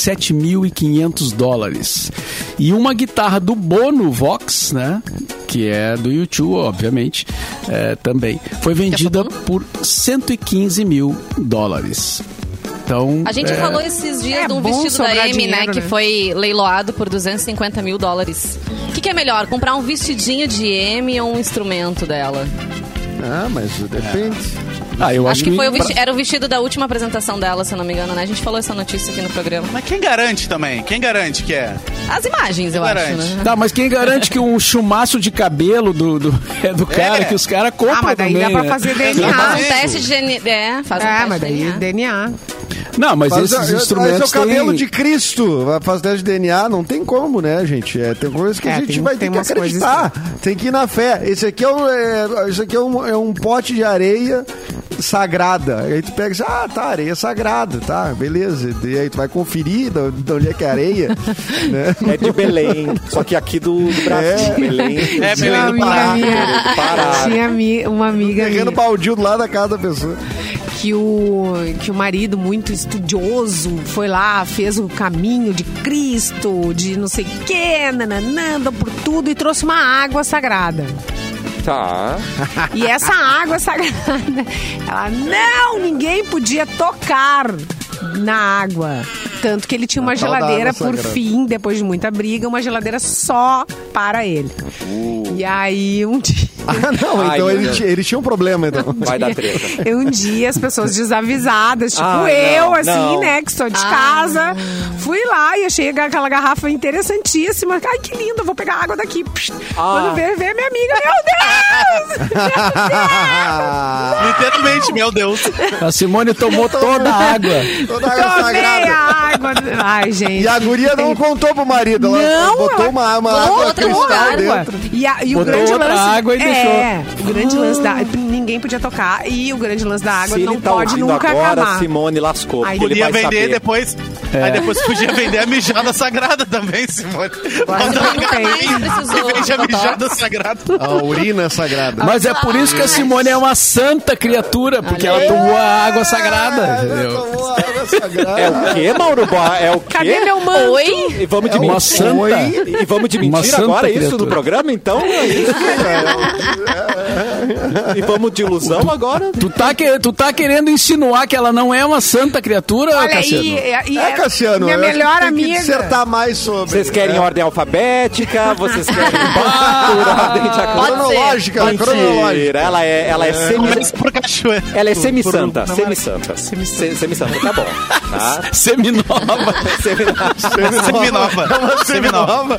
F: 437.500 dólares. E uma guitarra do Bono Vox, né? Que é do YouTube, obviamente, é, também. Foi vendida por 115 mil dólares. Então.
E: A gente
F: é,
E: falou esses dias
C: É
E: de um
C: bom
E: vestido da
C: sobrar
E: Amy, né,
C: dinheiro,
E: Que
C: né?
E: foi leiloado por 250 mil dólares. O que, que é melhor, comprar um vestidinho de Amy ou um instrumento dela?
G: Ah, mas depende.
F: Ah, eu
E: Acho,
F: acho,
E: que foi o
F: pra-
E: vesti- era o vestido da última apresentação dela, se eu não me engano, né? A gente falou essa notícia aqui no programa.
D: Mas quem garante também? Quem garante que é?
E: As imagens, eu
D: Garante.
E: acho, né?
F: Tá, mas quem garante que um chumaço de cabelo do, do, é do cara,
D: É.
F: que os caras compram
C: Ah, mas daí dá
F: também,
C: pra
F: né?
C: fazer
E: Faz um
C: DNA.
D: Exatamente.
E: teste de DNA. É, faz um
C: É,
E: teste
C: mas
E: de
C: daí
E: DNA.
C: DNA.
F: Não, mas,
G: Mas,
F: esses
G: ah,
F: instrumentos
G: Mas é o cabelo
F: têm-
G: de Cristo. Vai fazer teste de DNA, não tem como, né, gente? É, tem coisas que
C: É,
G: a gente
C: tem-
G: vai
C: tem
G: ter que
C: umas coisas
G: acreditar. Tem que ir na fé. Esse aqui é um, é, esse aqui é um, é um pote de areia sagrada. Aí tu pega e diz, ah, tá, areia sagrada, tá, beleza. E aí tu vai conferir de onde- de onde é que é a areia. né?
B: É de Belém, só que aqui do, do Brasil.
G: É.
B: Belém.
D: É,
B: de-
D: Belém do Pará.
B: Belém
D: É.
B: do Pará.
C: Tinha ami- uma amiga minha.
G: Terreno baldio do lado da casa da pessoa.
C: que o, que o marido, muito estudioso, foi lá, fez o caminho de Cristo, de não sei o quê, nanananda, por tudo, e trouxe uma água sagrada.
B: Tá.
C: E essa água sagrada, ela, não, ninguém podia tocar na água. Tanto que ele tinha uma
G: tal da
C: geladeira,
G: água
C: por
G: sagrada.
C: fim, depois de muita briga, uma geladeira só para ele.
G: Uh.
C: E aí, um dia...
G: Ah, não,
B: Ai,
G: então
B: meu
G: ele,
B: Deus.
G: ti- ele tinha um problema, então.
B: Vai dar treta.
C: Eu, um dia, as pessoas desavisadas, tipo
B: Ah,
C: eu,
B: não,
C: assim,
B: não.
C: né, que sou de
E: Ah.
C: casa, fui lá e achei aquela garrafa interessantíssima. Ai, que lindo, vou pegar água daqui. Psh, Quando veio, veio minha amiga, meu Deus!
D: Literalmente, meu Deus.
F: A Simone tomou toda a água.
G: Toda água
C: Tomei a
G: sagrada.
C: água. Ai, gente.
G: E a guria não contou pro marido. Ela
C: Não,
G: botou
C: ela
G: uma, uma
C: botou
G: água
E: outra
G: cristal
E: água.
G: dentro.
C: E, a- e o
F: Botou
C: grande
F: outra
C: lance.
F: água e
C: é, o grande lance da. Ninguém podia tocar. E o grande lance da água
B: Se
C: não
B: ele tá
C: pode
B: ouvindo
C: nunca
B: agora,
C: acabar.
B: Simone lascou.
C: Ai,
B: porque ele
D: Podia
B: vai
D: vender
B: saber.
D: depois.
F: É.
D: Aí depois podia vender a mijada sagrada também, Simone. Bota
C: não
D: um
C: tem.
D: garrafinho
E: Precisou,
D: e vende a
E: Totó.
D: mijada sagrada.
G: A urina sagrada.
F: Mas é por isso que a Simone é uma santa criatura, porque ela tomou a água sagrada. entendeu?
B: É o quê, Mauro Borra? É o quê?
C: Cadê meu manto?
E: Oi?
B: E vamos de
F: É uma
B: mentira.
F: santa.
B: E vamos de
F: Uma
B: mentira
F: santa
B: agora, é isso
F: criatura.
B: no programa, então? É isso, cara. e vamos de ilusão agora?
F: Tu tá, que- tu tá querendo insinuar que ela não é uma santa criatura,
C: Olha
F: Cassiano?
C: aí. E, e
G: É, Cassiano.
C: Minha
G: eu acho que
C: melhor
G: tem que
C: amiga.
G: dissertar mais sobre.
B: Vocês querem
G: É.
B: ordem alfabética? Vocês querem
F: Ah,
B: cultura, dente a
E: Pode
G: Cronológica,
B: Mentira,
G: cronológica.
B: Ela é, ela é semi...
D: Começa por cachoeira. um-
B: Ela é semi-santa, semi-santa. Se- Semi-santa, tá bom. Tá?
F: Seminova.
B: Semi-
D: Seminova. Seminova.
G: Seminova.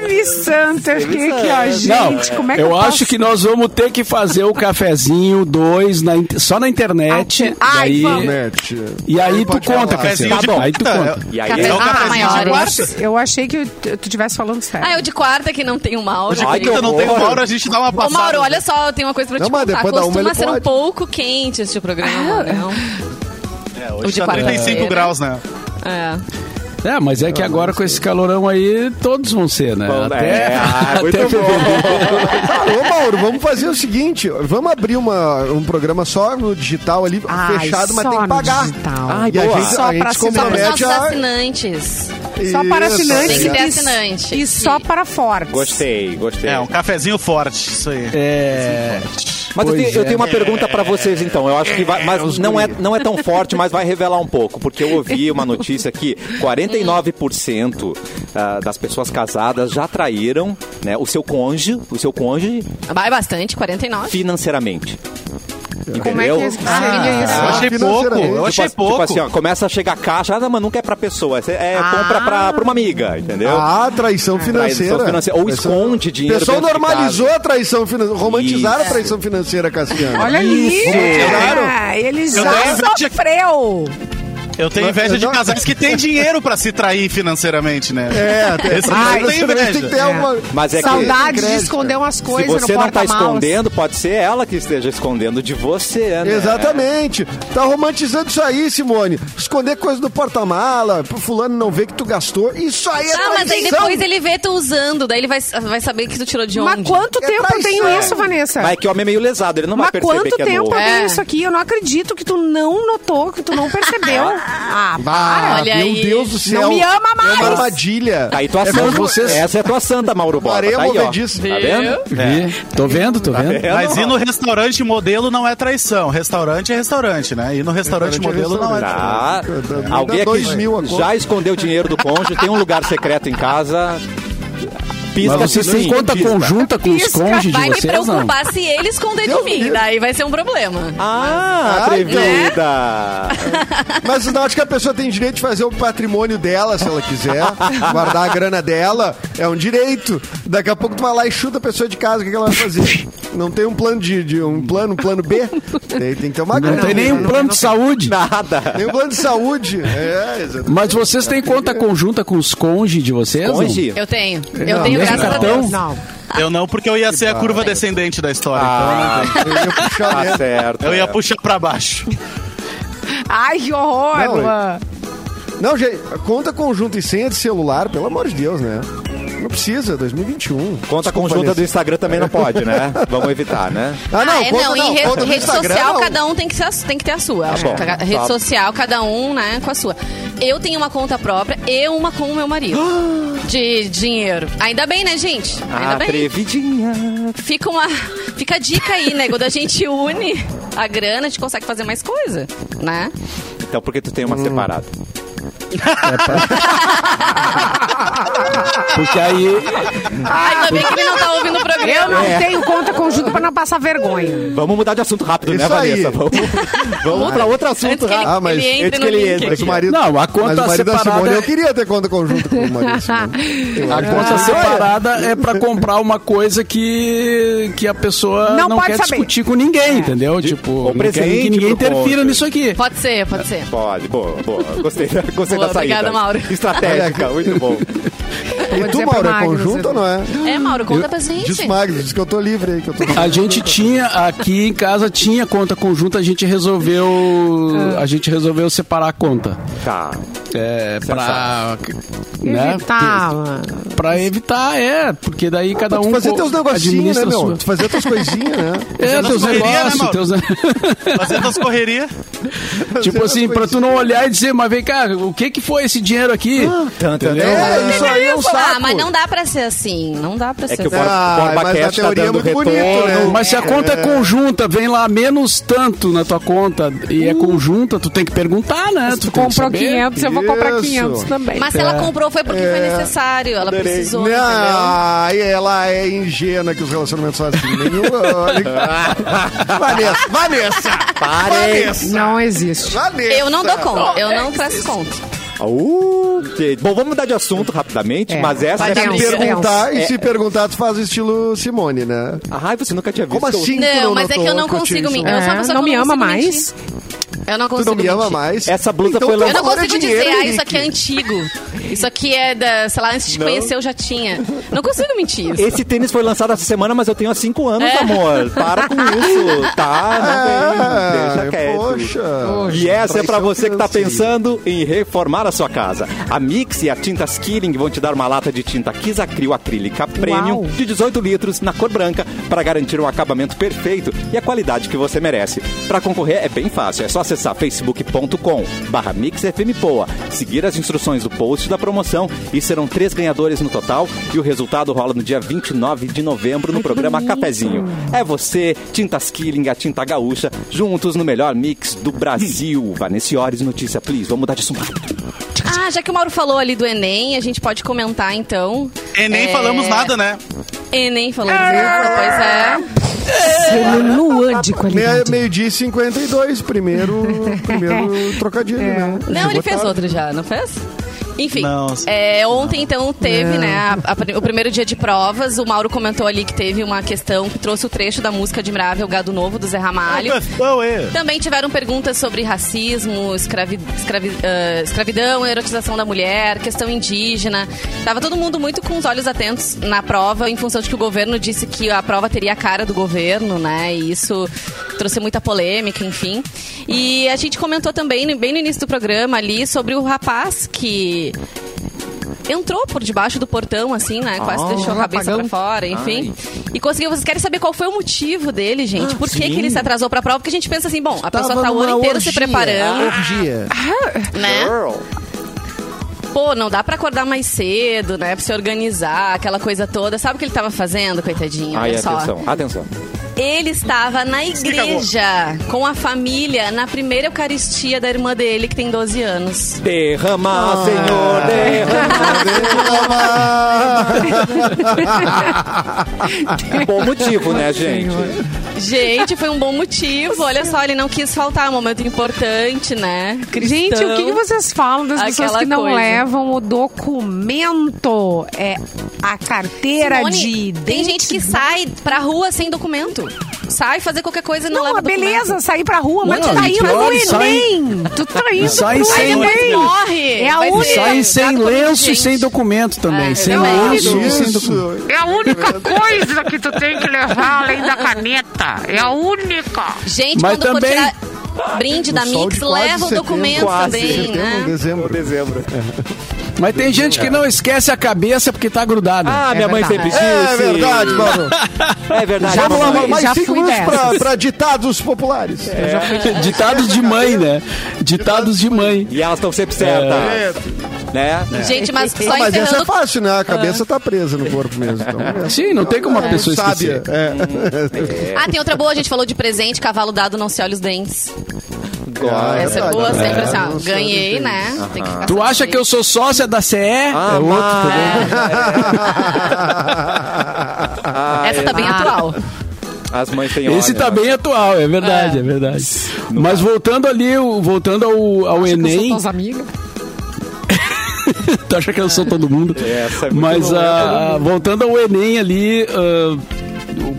C: Semi-santo. Eu fiquei aqui, ó, gente. como é que
F: eu,
C: eu
F: acho que nós vamos ter que fazer o cafezinho dois na in- só na internet.
C: Ah,
F: e aí,
C: ai, vamos.
G: Net.
F: E aí
G: Ele
F: tu
G: pode
F: conta,
G: falar.
F: Cassiano. Tá
D: Cafezinho de
F: Aí tu
D: quarta.
F: conta.
B: E aí,
E: Café- Ah,
B: então,
D: É o
F: um
D: cafezinho de
E: maiores.
D: quarta.
C: Eu achei que tu estivesse falando sério.
E: Ah, eu de quarta que não tenho Mauro.
D: Hoje
B: Ai, que
D: quinta não tem
B: horror.
D: Mauro, a gente dá uma
E: Ô,
D: passada.
E: Mauro, olha só, eu tenho uma coisa pra te
G: Não, mas
E: contar.
G: depois da uma
E: Costuma
G: ele
E: ser um
G: pode.
E: pouco quente este programa,
C: Ah.
E: né? Um, não?
D: É,
E: o de
D: hoje tá
E: quarta-feira.
D: 35 graus, né?
E: É.
F: É, mas é que agora com esse calorão aí, todos vão ser, né?
B: Bom,
F: até
B: é, ah, muito
F: até
B: bom.
G: Ah, ô Mauro, vamos fazer o seguinte: vamos abrir uma, um programa só no digital ali,
C: Ai,
G: fechado, mas
C: só
G: tem que
C: no
G: pagar.
C: digital.
G: Ai, e a
B: boa.
G: gente,
C: Só
G: a
E: Só para
C: pra assinar.
G: gente
E: os nossos
G: compromete a...
E: assinantes.
C: Só para
G: Isso,
C: assinantes
E: Tem que ter
C: e-
E: assinante.
C: E só para fortes.
B: Gostei, gostei.
D: É, um cafezinho forte, isso aí.
F: É,
B: Mas eu
F: Pois
B: tenho, eu
F: é.
B: tenho uma pergunta pra vocês então. Eu acho que vai, mas não é, não é tão forte, mas vai revelar um pouco, porque eu ouvi uma notícia que 49% ah, das pessoas casadas já traíram, né, o seu cônjuge, o seu cônjuge
E: Vai bastante, 49.
B: financeiramente.
C: Como é
B: Entendeu?
C: que,
E: Ah,
C: que
F: Ah.
C: seria isso?
D: eu achei pouco,
G: financeiramente,
D: eu
G: tipo
D: achei
B: tipo,
D: É pouco.
B: assim, ó, começa a chegar caixa, ah, não, mas nunca é pra pessoa, é, é compra pra, pra uma amiga, entendeu?
G: Ah, traição financeira.
B: Traição financeira. Ou
G: Traição-
B: esconde dinheiro
G: O pessoal
B: dentro de
G: normalizou a traição financeira. Romantizaram
B: Isso.
G: a traição financeira, Cassiano.
C: Olha ali!
D: Claro.
C: Ele
D: Eu dei
C: já
D: inveja aqui.
C: sofreu!
D: Eu tenho
G: Mas-
D: inveja de
G: não-
D: casais que têm dinheiro pra se trair financeiramente, né?
G: É, tem,
D: Esse
G: Ai,
D: não tem inveja.
G: tem que ter alguma.
B: Mas é que-
C: Saudade de
G: Crédito.
C: esconder umas
B: Se
C: coisas no
B: você não tá
C: porta-malas.
B: escondendo, pode ser ela que esteja escondendo de você, né?
G: Exatamente. Tá romantizando isso aí, Simone. Esconder coisa do porta-mala, pro fulano não ver que tu gastou. Isso aí é
E: Ah, mas aí
G: traição.
E: depois ele vê tu usando, daí ele vai, vai saber que tu tirou de onde.
C: Mas quanto
G: É
B: tá
C: tempo eu tenho
G: traição.
C: isso, Vanessa?
B: Mas é que o homem é meio lesado, ele não vai
C: Mas
B: perceber
C: quanto
B: que é
C: tempo
B: novo.
C: eu
E: É.
C: tenho isso aqui? Eu não acredito que tu não notou, que tu não percebeu. ah,
G: Ah,
E: Olha
G: meu
E: aí.
G: Deus do céu.
C: Não me ama
G: É uma
C: mais.
G: armadilha.
B: Tá aí tua
G: É
B: santa.
G: como vocês-
B: Essa é tua santa, Mauro Borba.
G: Maria
B: Tá aí, ó.
G: Movediça.
B: Tá vendo?
F: Vi. Tô vendo, tô vendo.
B: É,
D: Mas
B: não.
D: ir no restaurante modelo não é traição. Restaurante é restaurante, né? Ir no restaurante,
G: Restaurante é
D: modelo não é
G: restaurante.
D: traição.
B: Tá.
G: Me dá
B: Alguém
G: dois
B: aqui
G: mil a conta.
B: já escondeu dinheiro do cônjuge, tem um lugar secreto em casa. assim. Pista
F: Mas vocês
B: sim,
F: têm conta
B: pista.
F: conjunta com os
C: Pisca,
F: cônjuges de
E: Vai um me
F: vocês, não?
E: preocupar se ele esconder de
G: Deus
E: mim,
G: me
E: daí vai ser um problema.
B: Ah,
G: Ai,
B: atrevida!
C: né?
G: Mas não, acho que a pessoa tem direito de fazer o patrimônio dela, se ela quiser. guardar a grana dela é um direito. Daqui a pouco tu vai lá e chuta a pessoa de casa, o que que ela vai fazer? Não tem um plano de, de- um plano, um plano B? Tem, tem que ter uma
F: Não
G: grana.
F: tem nenhum plano de saúde.
B: Nada!
G: Nem um plano de saúde. É, exatamente.
F: Mas vocês têm conta conjunta com os cônjuges de vocês? não?
B: Conge?
E: Eu tenho. Eu
F: Não,
E: tenho,
F: mesmo
E: graças a
F: cartão?
E: Deus.
C: Não.
D: Eu não, porque eu ia ser a curva descendente da história.
B: Ah,
G: Eu ia puxar
B: tá
G: né?
B: certo.
D: Então eu ia puxar pra baixo.
C: Ai, que horror,
G: Não,
C: Luan.
G: Não, gente, conta conjunta e senha de celular, pelo amor de Deus, né? Não precisa, 2021.
B: Conta
G: Desculpa,
B: conjunta do
G: Vanessa.
B: Instagram também não pode, né? Vamos evitar, né?
G: Ah, não,
E: ah, é,
G: conta
E: não,
G: não,
E: em re-
G: conta do
E: rede
G: Instagram,
E: social
G: não.
E: cada um tem que, ser a su- tem que ter a sua. Acho
B: bom,
E: que a-
B: tá.
E: rede social, cada um, né, com a sua. Eu tenho uma conta própria e uma com o meu marido. de dinheiro. Ainda bem, né, gente?
G: Ah,
E: Ainda bem.
B: Atrevidinha.
E: Fica, uma, fica a dica aí, né? Quando a gente une a grana, a gente consegue fazer mais coisa, né?
B: Então por que tu tem uma separada?
F: Porque aí.
G: Ah,
E: Ainda bem que ele não tá ouvindo o
C: Eu
E: programa.
C: não tenho conta conjunta pra não passar vergonha.
B: Vamos mudar de assunto rápido, né,
G: Isso aí.
B: Vanessa? Vamos, vamos pra outro assunto
E: Antes que ele,
B: rápido.
G: Ah, mas
E: ele entre
B: antes
E: no
B: que ele
E: link
B: entre,
E: aqui.
G: Mas É o marido,
F: Não, a
G: mas
F: conta
G: o marido da
F: separada
G: Simone,
F: é-
G: eu queria ter conta conjunta com o marido da Simone. Eu
E: Ah,
F: A
G: acho
F: conta
G: que-
F: separada é pra comprar uma coisa que, que a pessoa
C: Não
F: não,
C: pode
F: quer
C: saber.
F: discutir com ninguém, entendeu? Tipo, não quer
B: presente
F: que ninguém
B: pro
F: interfira
B: cônjuge.
F: nisso aqui.
E: Pode ser, pode ser.
B: Pode, boa, boa. Gostei, gostei
E: Boa,
B: da saída.
E: obrigada, Mauro.
B: Estratégica, muito bom.
G: E tu,
C: dizer
G: Mauro,
C: pro
G: é
C: Magnus,
G: conjunto
C: eu-
G: ou não é?
E: É, Mauro, conta pra gente.
G: Diz Magno, diz que eu tô livre aí, que eu tô
F: A gente tinha aqui em casa tinha conta conjunta, a gente resolveu a gente resolveu separar a conta.
B: Tá.
F: É, pra
E: Uhum.
F: né?
C: Evitar.
F: Pra evitar é, porque daí cada
G: Tu
F: um
G: fazia
F: co-
G: teus negocinhos, né,
F: administra a
G: meu?
F: sua.
G: Tu fazia tuas coisinhas, né?
F: É,
D: Fazendo
F: teus
D: as correria, né,
F: negócios,
D: Mauro?
F: teus
D: Fazendo as correrias.
F: Tipo assim, pra tu não olhar e dizer, mas vem cá, o que que foi esse dinheiro aqui?
G: Ah,
F: Entendeu?
G: É, isso aí é um saco.
E: Ah, mas não dá pra ser assim. Não dá pra
B: É
E: ser
B: que o
E: assim.
B: Borba
G: Ah,
B: o Borba
G: mas
B: Cash
G: a
B: tá
G: teoria é
B: dando
G: muito bonito,
B: retorno.
G: né?
F: Mas se a conta é conjunta, vem lá menos tanto na tua conta e
G: Hum.
F: é conjunta, tu tem que perguntar, né?
C: Se tu
F: tem que
C: comprou
F: saber.
C: 500, eu vou comprar
G: Isso.
C: 500 também.
E: Mas se ela comprou foi porque
G: É.
E: foi necessário. Ela precisou, entendeu?
G: Não, aí ela é ingênua que os relacionamentos fazem. Nenhum- olha- Vanessa, Vanessa!
B: Pare.
G: Vanessa!
C: Não existe.
G: Vanessa! é
E: Eu não dou conta. Eu não faço conta.
B: Uh, que- Bom, vamos mudar de assunto rapidamente,
C: É,
B: mas essa
E: vai
B: é
E: dar um.
B: a
E: briga.
B: pergunta.
G: Perguntar,
B: É.
G: e se perguntar, tu faz o estilo Simone, né?
B: Ai, Ah, você nunca tinha visto.
G: Como assim? tu
E: Não, mas é
G: notou
E: que eu não
G: tinha
E: consigo
G: isso?
E: mentir. Eu sou uma
C: É,
E: pessoa
C: não
E: que
C: me
E: eu
C: ama
E: consigo
C: mais?
E: mentir. Eu não
G: Tu
E: consigo
G: não me ama
E: mentir.
G: mais?
B: Essa blusa
G: Então
B: foi
G: tu
E: Eu não
G: fora
E: consigo
G: dinheiro,
E: dizer, ah, isso aqui é
G: Henrique.
E: antigo. Isso aqui é da, sei lá, antes de te conhecer eu já tinha. Não consigo mentir.
B: Esse tênis foi lançado essa semana, mas eu tenho há cinco anos,
E: É.
B: amor. Para com isso, tá? Não tem. Deixa
G: É,
B: quieto.
G: poxa.
B: E essa é pra
G: Traição
B: você que tá
G: financeira.
B: pensando em reformar a sua casa. A Mix e a Tintas Killing vão te dar uma lata de tinta Kisacril Acrílica Premium de 18 litros na cor branca para garantir um acabamento perfeito e a qualidade que você merece. Para concorrer é bem fácil, é só acessar facebook.com barra mixfmpoa, seguir as instruções do post da promoção e serão três ganhadores no total e o resultado rola no dia 29 de novembro no programa Cafezinho. É você, Tintas Killing, a tinta gaúcha, juntos no melhor mix do
G: Hum.
B: Brasil. Vanessiores, notícia, please. Vamos mudar de assunto.
E: Ah, já que o Mauro falou ali do Enem, a gente pode comentar então.
D: E
E: É,
D: nem falamos nada, né?
E: Enem falamos isso, pois é.
C: Selo Luan de
G: Meia-
C: qualidade.
G: Meio-dia e 52, primeiro, primeiro trocadilho, né?
E: Não, ele
G: Chegou
E: fez
G: tarde.
E: outro já, não fez? Enfim,
D: Não, sim.
E: é, ontem então teve
C: Não.
E: né, a- a pri- o primeiro dia de provas. O Mauro comentou ali que teve uma questão que trouxe o trecho da música Admirável Gado Novo do Zé Ramalho.
D: Não, é.
E: Também tiveram perguntas sobre racismo, escravi- escravi- ah, escravidão, erotização da mulher, questão indígena. Tava todo mundo muito com os olhos atentos na prova, em função de que o governo disse que a prova teria a cara do governo, né? E isso trouxe muita polêmica, enfim. E a gente comentou também, bem no início do programa ali, sobre o rapaz que entrou por debaixo do portão, assim, né? Quase deixou a cabeça pra fora, enfim. E conseguiu. Vocês querem saber qual foi o motivo dele, gente? Por que, que ele se atrasou pra prova? Porque a gente pensa assim, bom, a pessoa tá o ano inteiro se preparando,
G: Ah, Orgia.
E: né? Pô, não dá pra acordar mais cedo, né? Pra se organizar, aquela coisa toda. Sabe o que ele tava fazendo, coitadinho?
B: Ai,
E: Olha só.
B: atenção, atenção.
E: Ele estava na igreja com a família na primeira Eucaristia da irmã dele, que tem 12 anos.
B: Derrama, Senhor,
G: Ah.
B: derrama. Bom motivo, né, gente?
E: Gente, foi um bom motivo. Olha só, ele não quis faltar. Um momento importante, né? Cristão.
C: Gente, o que, que vocês falam das pessoas
E: Aquela
C: que não
E: coisa.
C: levam o documento? É a carteira
E: Simone,
C: de
E: Tem
C: identidade.
E: gente que sai pra rua sem documento. Sai fazer qualquer coisa e não,
C: Não,
E: leva
C: mas beleza,
E: documento.
C: sair pra rua, mas
F: Não,
C: tu tá
F: e
C: indo pro
F: pior, sai-
C: Enem. Tu tá indo
F: sai
C: pro
F: sem-
E: Mas
C: Enem.
E: morre.
C: É a
E: Vai
C: única-
E: ser
F: Sai sem
E: julgado como
F: lenço e
E: indigente.
F: sem documento também.
E: É,
F: sem
E: também.
F: lenço e sem documento.
G: Isso.
A: É a única coisa que tu tem que levar além da caneta. É a única.
E: Gente,
F: Mas
E: quando
F: também-
E: for tirar brinde da
G: No sol
E: Mix,
G: de quase
E: leva o
G: setembro,
E: documento
B: quase
E: também,
G: Setembro, um
E: né?
G: dezembro. Dezembro.
F: Mas tem gente que não esquece a cabeça porque tá grudada.
B: Ah, minha mãe sempre disse.
G: É verdade, Mauro.
B: É verdade.
G: Vamos lá,
B: mamãe.
G: Mauro. Mais
C: já
G: cinco
C: fui
G: minutos pra,
C: dessas.
G: pra ditados populares.
F: É. Ditados de mãe, né? Ditados de mãe.
B: E elas estão sempre certas.
G: É.
B: Né?
E: Gente, mas só
G: Ah, mas essa é
E: encerrando...
G: fácil, né? A cabeça tá presa no corpo mesmo. Então, é.
F: Sim, não tem como uma pessoa
G: Sábia.
F: esquecer.
G: É.
E: Ah, tem outra boa. A gente falou de presente, cavalo dado, não se olha os dentes.
B: Gosto.
E: Essa é
G: verdade,
E: boa,
G: é.
E: sempre assim, ó,
G: Não se olha
E: ganhei,
G: os
E: né? Tem que ficar
F: Tu acha
E: satisfeito.
F: que eu sou sócia da CE?
B: Ah,
F: é outro também.
B: mas-
E: Essa tá bem
C: Ah.
E: atual.
B: As mães têm
F: Esse
B: hora,
F: tá
B: né?
F: bem atual, é verdade, é, verdade. Mas voltando ali, o- voltando ao, ao Enem,
C: Suas amigas.
F: tu acha que eu sou todo mundo?
B: Essa é muito
F: Mas
B: boa,
F: ah,
B: é todo mundo.
F: voltando ao Enem ali, ah,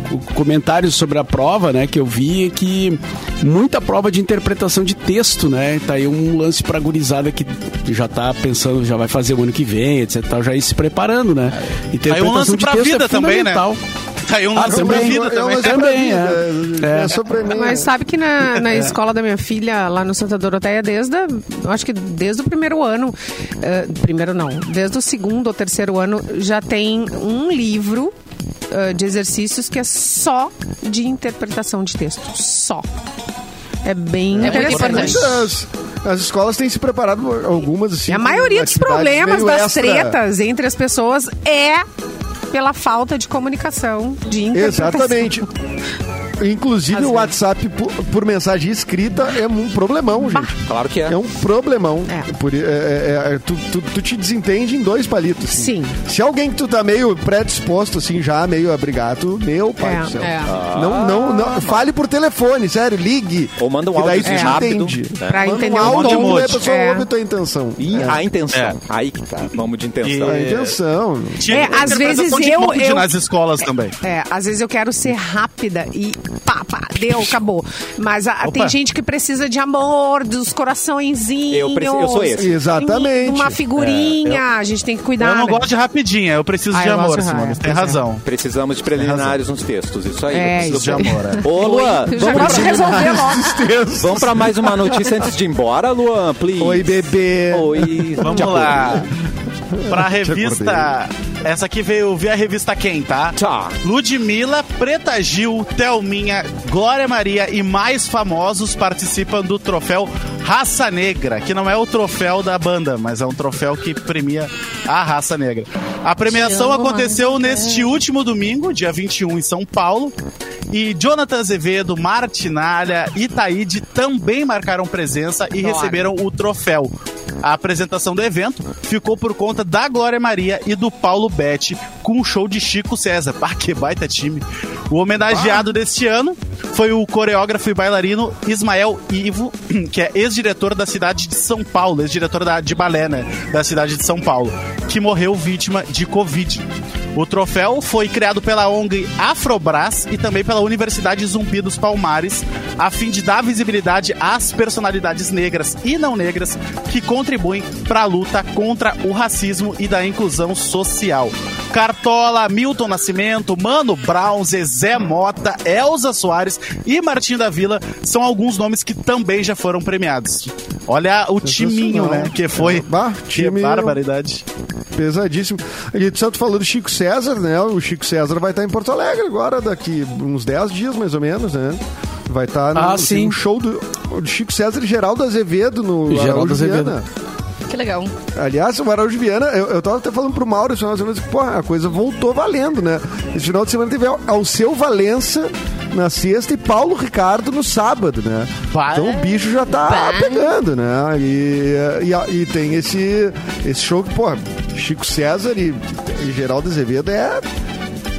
F: o- o comentário sobre a prova, né, que eu vi é que muita prova de interpretação de texto, né? Tá aí um lance pra gurizada que já tá pensando, já vai fazer o ano que vem, etc, tal, já ir se preparando, né?
D: Aí um lance
F: Interpretação de
D: pra
F: texto
D: vida
F: é
D: também, né?
F: fundamental.
D: Aí um
F: Ah,
D: lance pra
F: também.
D: vida
G: É
D: também.
G: uma pra
F: Também,
G: vida.
F: é.
G: É só pra mim.
C: Mas sabe que na, na escola da minha filha, lá no Santa Doroteia, desde, a- eu acho que desde o primeiro ano, eh, primeiro não, desde o segundo ou terceiro ano, já tem um livro eh, de exercícios que é só de interpretação de texto. Só. É bem
E: muito
C: interessante.
E: importante.
G: As, as escolas têm se preparado algumas assim.
C: E É a maioria dos
G: atividades
C: problemas
G: meio
C: das
G: extra.
C: tretas entre as pessoas é pela falta de comunicação, de interpretação.
G: Exatamente. Inclusive o WhatsApp por, por mensagem escrita é um problemão, gente.
B: Claro que é.
G: É um problemão.
C: É.
G: Por i- é- é- é- tu, tu- tu te desentende em dois palitos. assim.
C: Sim.
G: Se alguém que tu tá meio predisposto, assim, já meio abrigado, meu pai
C: É,
G: do céu.
E: é.
G: Não, não, não. Fale por telefone, sério, ligue.
B: Ou manda um
G: que daí
B: áudio
G: tu te
B: rápido.
G: entende.
B: né?
C: Pra
G: Manda
C: entender
G: um
C: o
G: áudio,
D: tom.
G: daí a pessoa
C: É.
G: ouve a tua intenção.
B: E
G: É.
B: a intenção.
D: É.
B: Aí que tá. Vamos de intenção.
G: A intenção.
D: Tinha
C: É,
D: que ter
C: às
D: interpretação
C: vezes
D: de
C: eu-
D: molde
C: eu-
D: nas escolas também.
C: É, às vezes eu quero ser rápida e pá, pá, deu, acabou. Mas a-
D: Opa.
C: tem gente que precisa de amor, dos coraçõezinhos.
B: Eu preci- eu sou esse.
G: Exatamente.
C: Uma figurinha, a gente tem que cuidar.
D: É, Eu não
C: né?
D: gosto de rapidinha, eu preciso
C: Ah,
D: de
C: eu
D: amor,
C: gosto de
D: Simone.
C: raiva,
D: Você tem
C: pois é.
D: razão.
B: Precisamos de preliminares nos textos. Isso aí.
C: É,
B: Preciso
C: isso
B: de amor. é. Ô, Luan,
C: Já
B: vamos
C: gosto de
B: pra,
C: resolver logo.
B: vamos pra mais uma notícia antes de ir embora, Luan, please.
G: Oi, bebê.
B: Oi.
D: Vamos
B: de acordo.
D: lá. Pra revista. Essa aqui veio via revista quem, tá?
B: Tá.
D: Ludmilla, Preta Gil, Thelminha, Glória Maria e mais famosos participam do troféu Raça Negra, que não é o troféu da banda, mas é um troféu que premia a raça negra. A premiação
E: amo,
D: aconteceu neste último domingo, dia 21, em São Paulo. E Jonathan Azevedo, Martinalha e Taíde também marcaram presença e receberam o troféu. A apresentação do evento ficou por conta da Glória Maria e do Paulo Betti, com o show de Chico César. Pá, que baita time. O homenageado deste ano foi o coreógrafo e bailarino Ismael Ivo, que é ex-diretor da cidade de São Paulo, ex-diretor da- de balé, né, da cidade de São Paulo, que morreu vítima de Covid. O troféu foi criado pela ONG Afrobras e também pela Universidade Zumbi dos Palmares, a fim de dar visibilidade às personalidades negras e não negras que contribuem para a luta contra o racismo e da inclusão social. Cartola, Milton Nascimento, Mano Brown, Zezé Mota, Elza Soares e Martim da Vila são alguns nomes que também já foram premiados. Olha o timinho, né? Que foi.
G: É, Bah, time
D: Que barbaridade.
G: Pesadíssimo. E tu só tu falou do Chico César, né? O Chico César vai estar em Porto Alegre agora, daqui uns 10 dias, mais ou menos, né? Vai estar no
F: Ah,
G: tem
F: sim.
G: um show do, do Chico César e Geraldo Azevedo no
F: E Geraldo
G: Araújo
F: Azevedo.
G: Viana.
E: Que legal.
G: Aliás, o Araújo Viana, eu, eu tava até falando pro Mauro esse final de semana, assim, porra, a coisa voltou valendo, né? Esse final de semana teve Al- Alceu Valença na sexta e Paulo Ricardo no sábado, né?
D: Vai.
G: Então o bicho já tá
E: Vai.
G: pegando, né? E, e, a- e tem esse, esse show que, porra, Chico César e, e Geraldo Azevedo é,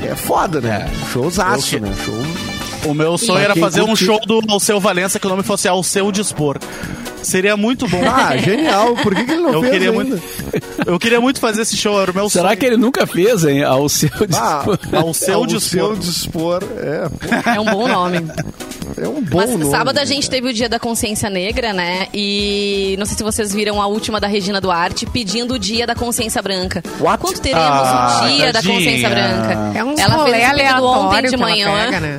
G: é foda, né? Showzaço,
D: Eu-
G: né? Show...
D: O meu sonho
E: Pra
D: era
G: quem
D: fazer um
G: curte-
D: show do Alceu Valença que o nome fosse Ao Seu Dispor. Seria muito bom.
G: Ah, genial. Por que, que ele não
D: eu
G: fez
D: queria
G: ainda?
D: muito. Eu queria muito fazer esse show, era o meu
F: Será
D: sonho.
F: que ele nunca fez, hein? Ao seu
G: Ah,
F: dispor.
D: Ao Seu
G: Ao
D: Dispor.
G: seu dispor. É,
E: É um bom nome.
G: é um bom
E: Mas
G: nome,
E: sábado a
G: né,
E: gente teve o Dia da Consciência Negra, né? E não sei se vocês viram a última da Regina Duarte pedindo o Dia da Consciência Branca.
B: What?
E: Quando teremos
D: Ah,
E: o Dia da
D: tadinha.
E: Consciência Branca?
C: É
G: um
C: uns
E: Ela
C: rolê
E: fez esse pedido ontem
C: aleatório
E: de
C: que ela
E: manhã.
C: pega, né?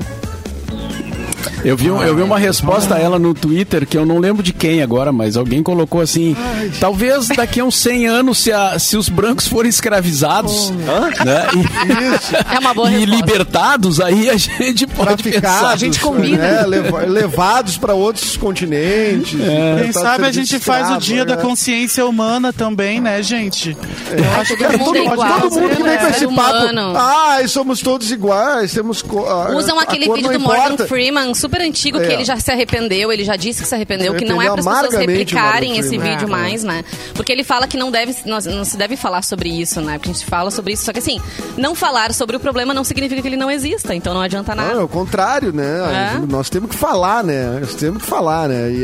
F: Eu vi, um- eu vi uma resposta a ela no Twitter, que eu não lembro de quem agora, mas alguém colocou assim: talvez daqui a uns 100 anos, se, a- se os brancos forem
G: Hum.
F: escravizados né,
E: É uma boa
F: e, e
E: resposta.
F: libertados, aí a gente pode
G: traficados,
F: pensar.
C: a gente combina.
G: né, leva- levados para outros continentes.
D: É. Quem
G: tá
D: sabe a gente faz o dia da
G: né?
D: consciência humana também, né, gente? Eu acho que
E: Todo
D: é
E: mundo
G: Todo,
E: é
D: muito
E: igual,
G: todo mundo que vem
E: né?
G: com esse
E: Ser
G: papo.
E: humano.
G: Ai, somos todos iguais, temos. co- a-
E: Usam
G: a
E: aquele
G: cor
E: vídeo
G: não
E: do Morgan
G: importa.
E: Freeman, super antigo,
G: É.
E: que ele já se arrependeu, ele já disse que se arrependeu,
G: Se
E: que não é para as
G: arrependeu
E: pessoas
G: amargamente o Morgan
E: replicarem esse
G: Freeman.
E: vídeo
G: É.
E: mais, né? Porque ele fala que não deve, nós- não se deve falar sobre isso, né? Porque a gente fala sobre isso, só que assim, não falar sobre o problema não significa que ele não exista, então não adianta nada.
G: Não, é o contrário, né?
E: É.
G: Nós temos que falar, né? Nós temos que falar, né? E,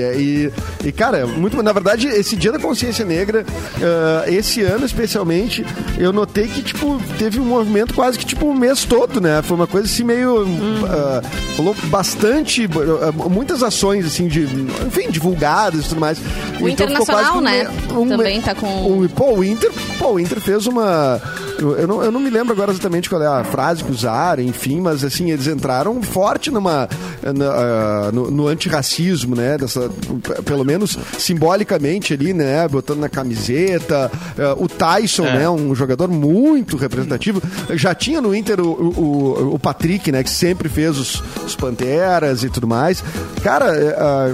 G: e, e, cara, é muito. Na verdade, esse Dia da Consciência Negra, ah, esse ano especialmente, eu notei que, tipo, teve um movimento quase que, tipo, o mês todo, né? Foi uma coisa assim meio. ah, rolou bastante. ah, muitas ações, assim, de. Enfim, divulgadas e tudo mais.
E: O
G: Então
E: Internacional, né? Também tá com-
G: um- pô, o Inter, pô, o Inter fez uma. Eu eu não, eu não me lembro agora exatamente qual é a frase que usaram, enfim, mas assim, eles entraram forte numa. na- ah, no, no antirracismo, né? Dessa, p- pelo menos simbolicamente ali, né? Botando na camiseta. Ah, o Tyson, né? Um jogador muito representativo. Já tinha no Inter o, o, o Patrick, né? Que sempre fez os, os Panteras e tudo mais. Cara, é, ah,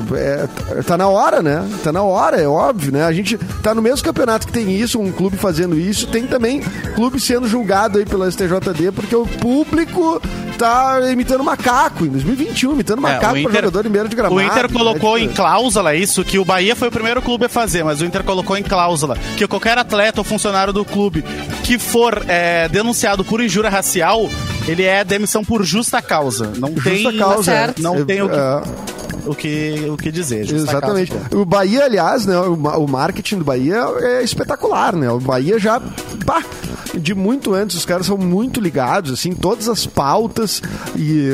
G: é, tá na hora, né? Tá na hora, é óbvio, né? A gente tá no mesmo campeonato que tem isso, um clube fazendo isso, tem também clube Trump sendo julgado aí pela STJD, porque o público tá imitando macaco em 2021, imitando macaco
D: É, o
G: para
D: Inter-
G: jogador em beira de gramado.
D: O Inter colocou
G: né?
D: em cláusula isso, que o Bahia foi o primeiro clube a fazer, mas o Inter colocou em cláusula que qualquer atleta ou funcionário do clube que for é, denunciado por injúria racial, ele é demissão por justa causa. Não
G: Justa
D: tem,
G: causa.
E: certo.
D: Não tem o que,
G: É.
D: o que, o que dizer. justa
G: Exatamente.
D: causa.
G: O Bahia, aliás, né, o, ma- o marketing do Bahia é espetacular, né? O Bahia já, pá, de muito antes, os caras são muito ligados, assim, todas as pautas e,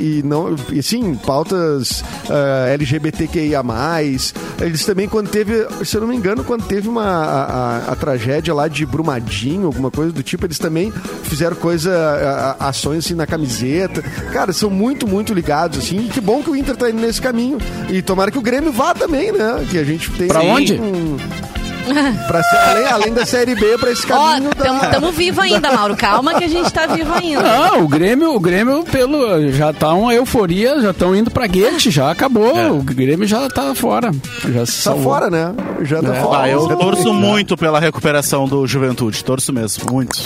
G: e não, e sim, pautas ah, LGBTQIA+, eles também, quando teve, se eu não me engano, quando teve uma, a, a- a tragédia lá de Brumadinho, alguma coisa do tipo, eles também fizeram coisa, a- a- ações assim na camiseta. Cara, são muito, muito ligados, assim, e que bom que o Inter tá indo nesse caminho. E tomara que o Grêmio vá também, né? Que a gente tem...
F: Pra onde?
G: um- pra ser- além, além da Série B, pra esse
E: Ó,
G: caminho da-
E: tamo, tamo vivo ainda, Mauro. Calma que a gente tá vivo ainda.
F: Não, Ah, o Grêmio, o Grêmio pelo já tá uma euforia, já estão indo pra Guete, já acabou. O Grêmio já tá fora. Já se
G: Tá
F: salvou.
G: fora, né? Já tá fora.
D: Ah, eu
G: exatamente.
D: torço muito pela recuperação do Juventude, torço mesmo, muito.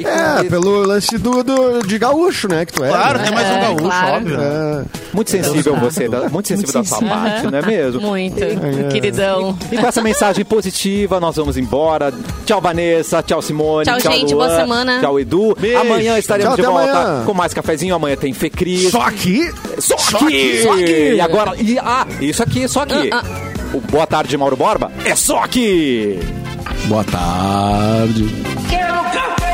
G: É, pelo lance do, do- de gaúcho, né? Que tu é.
D: Claro,
G: né?
D: tem mais um
E: É,
D: gaúcho,
E: claro.
D: óbvio. né?
G: É.
B: Muito sensível você, da- muito sensível da sua parte, não é mesmo?
E: Muito, queridão.
B: E com essa mensagem positiva, nós vamos embora. Tchau, Vanessa. Tchau, Simone.
E: Tchau, gente,
B: Luan,
E: boa semana.
B: Tchau, Edu.
D: Beijo.
B: Amanhã estaremos
G: Tchau,
B: de
G: até
B: volta
G: amanhã.
B: com mais cafezinho. Amanhã tem Fecris.
G: É. Só que
B: Só aqui!
E: Só aqui!
B: E agora, e, ah, isso aqui, só aqui. O Boa Tarde, Mauro Borba, é só aqui!
F: Boa tarde.
H: Quero café!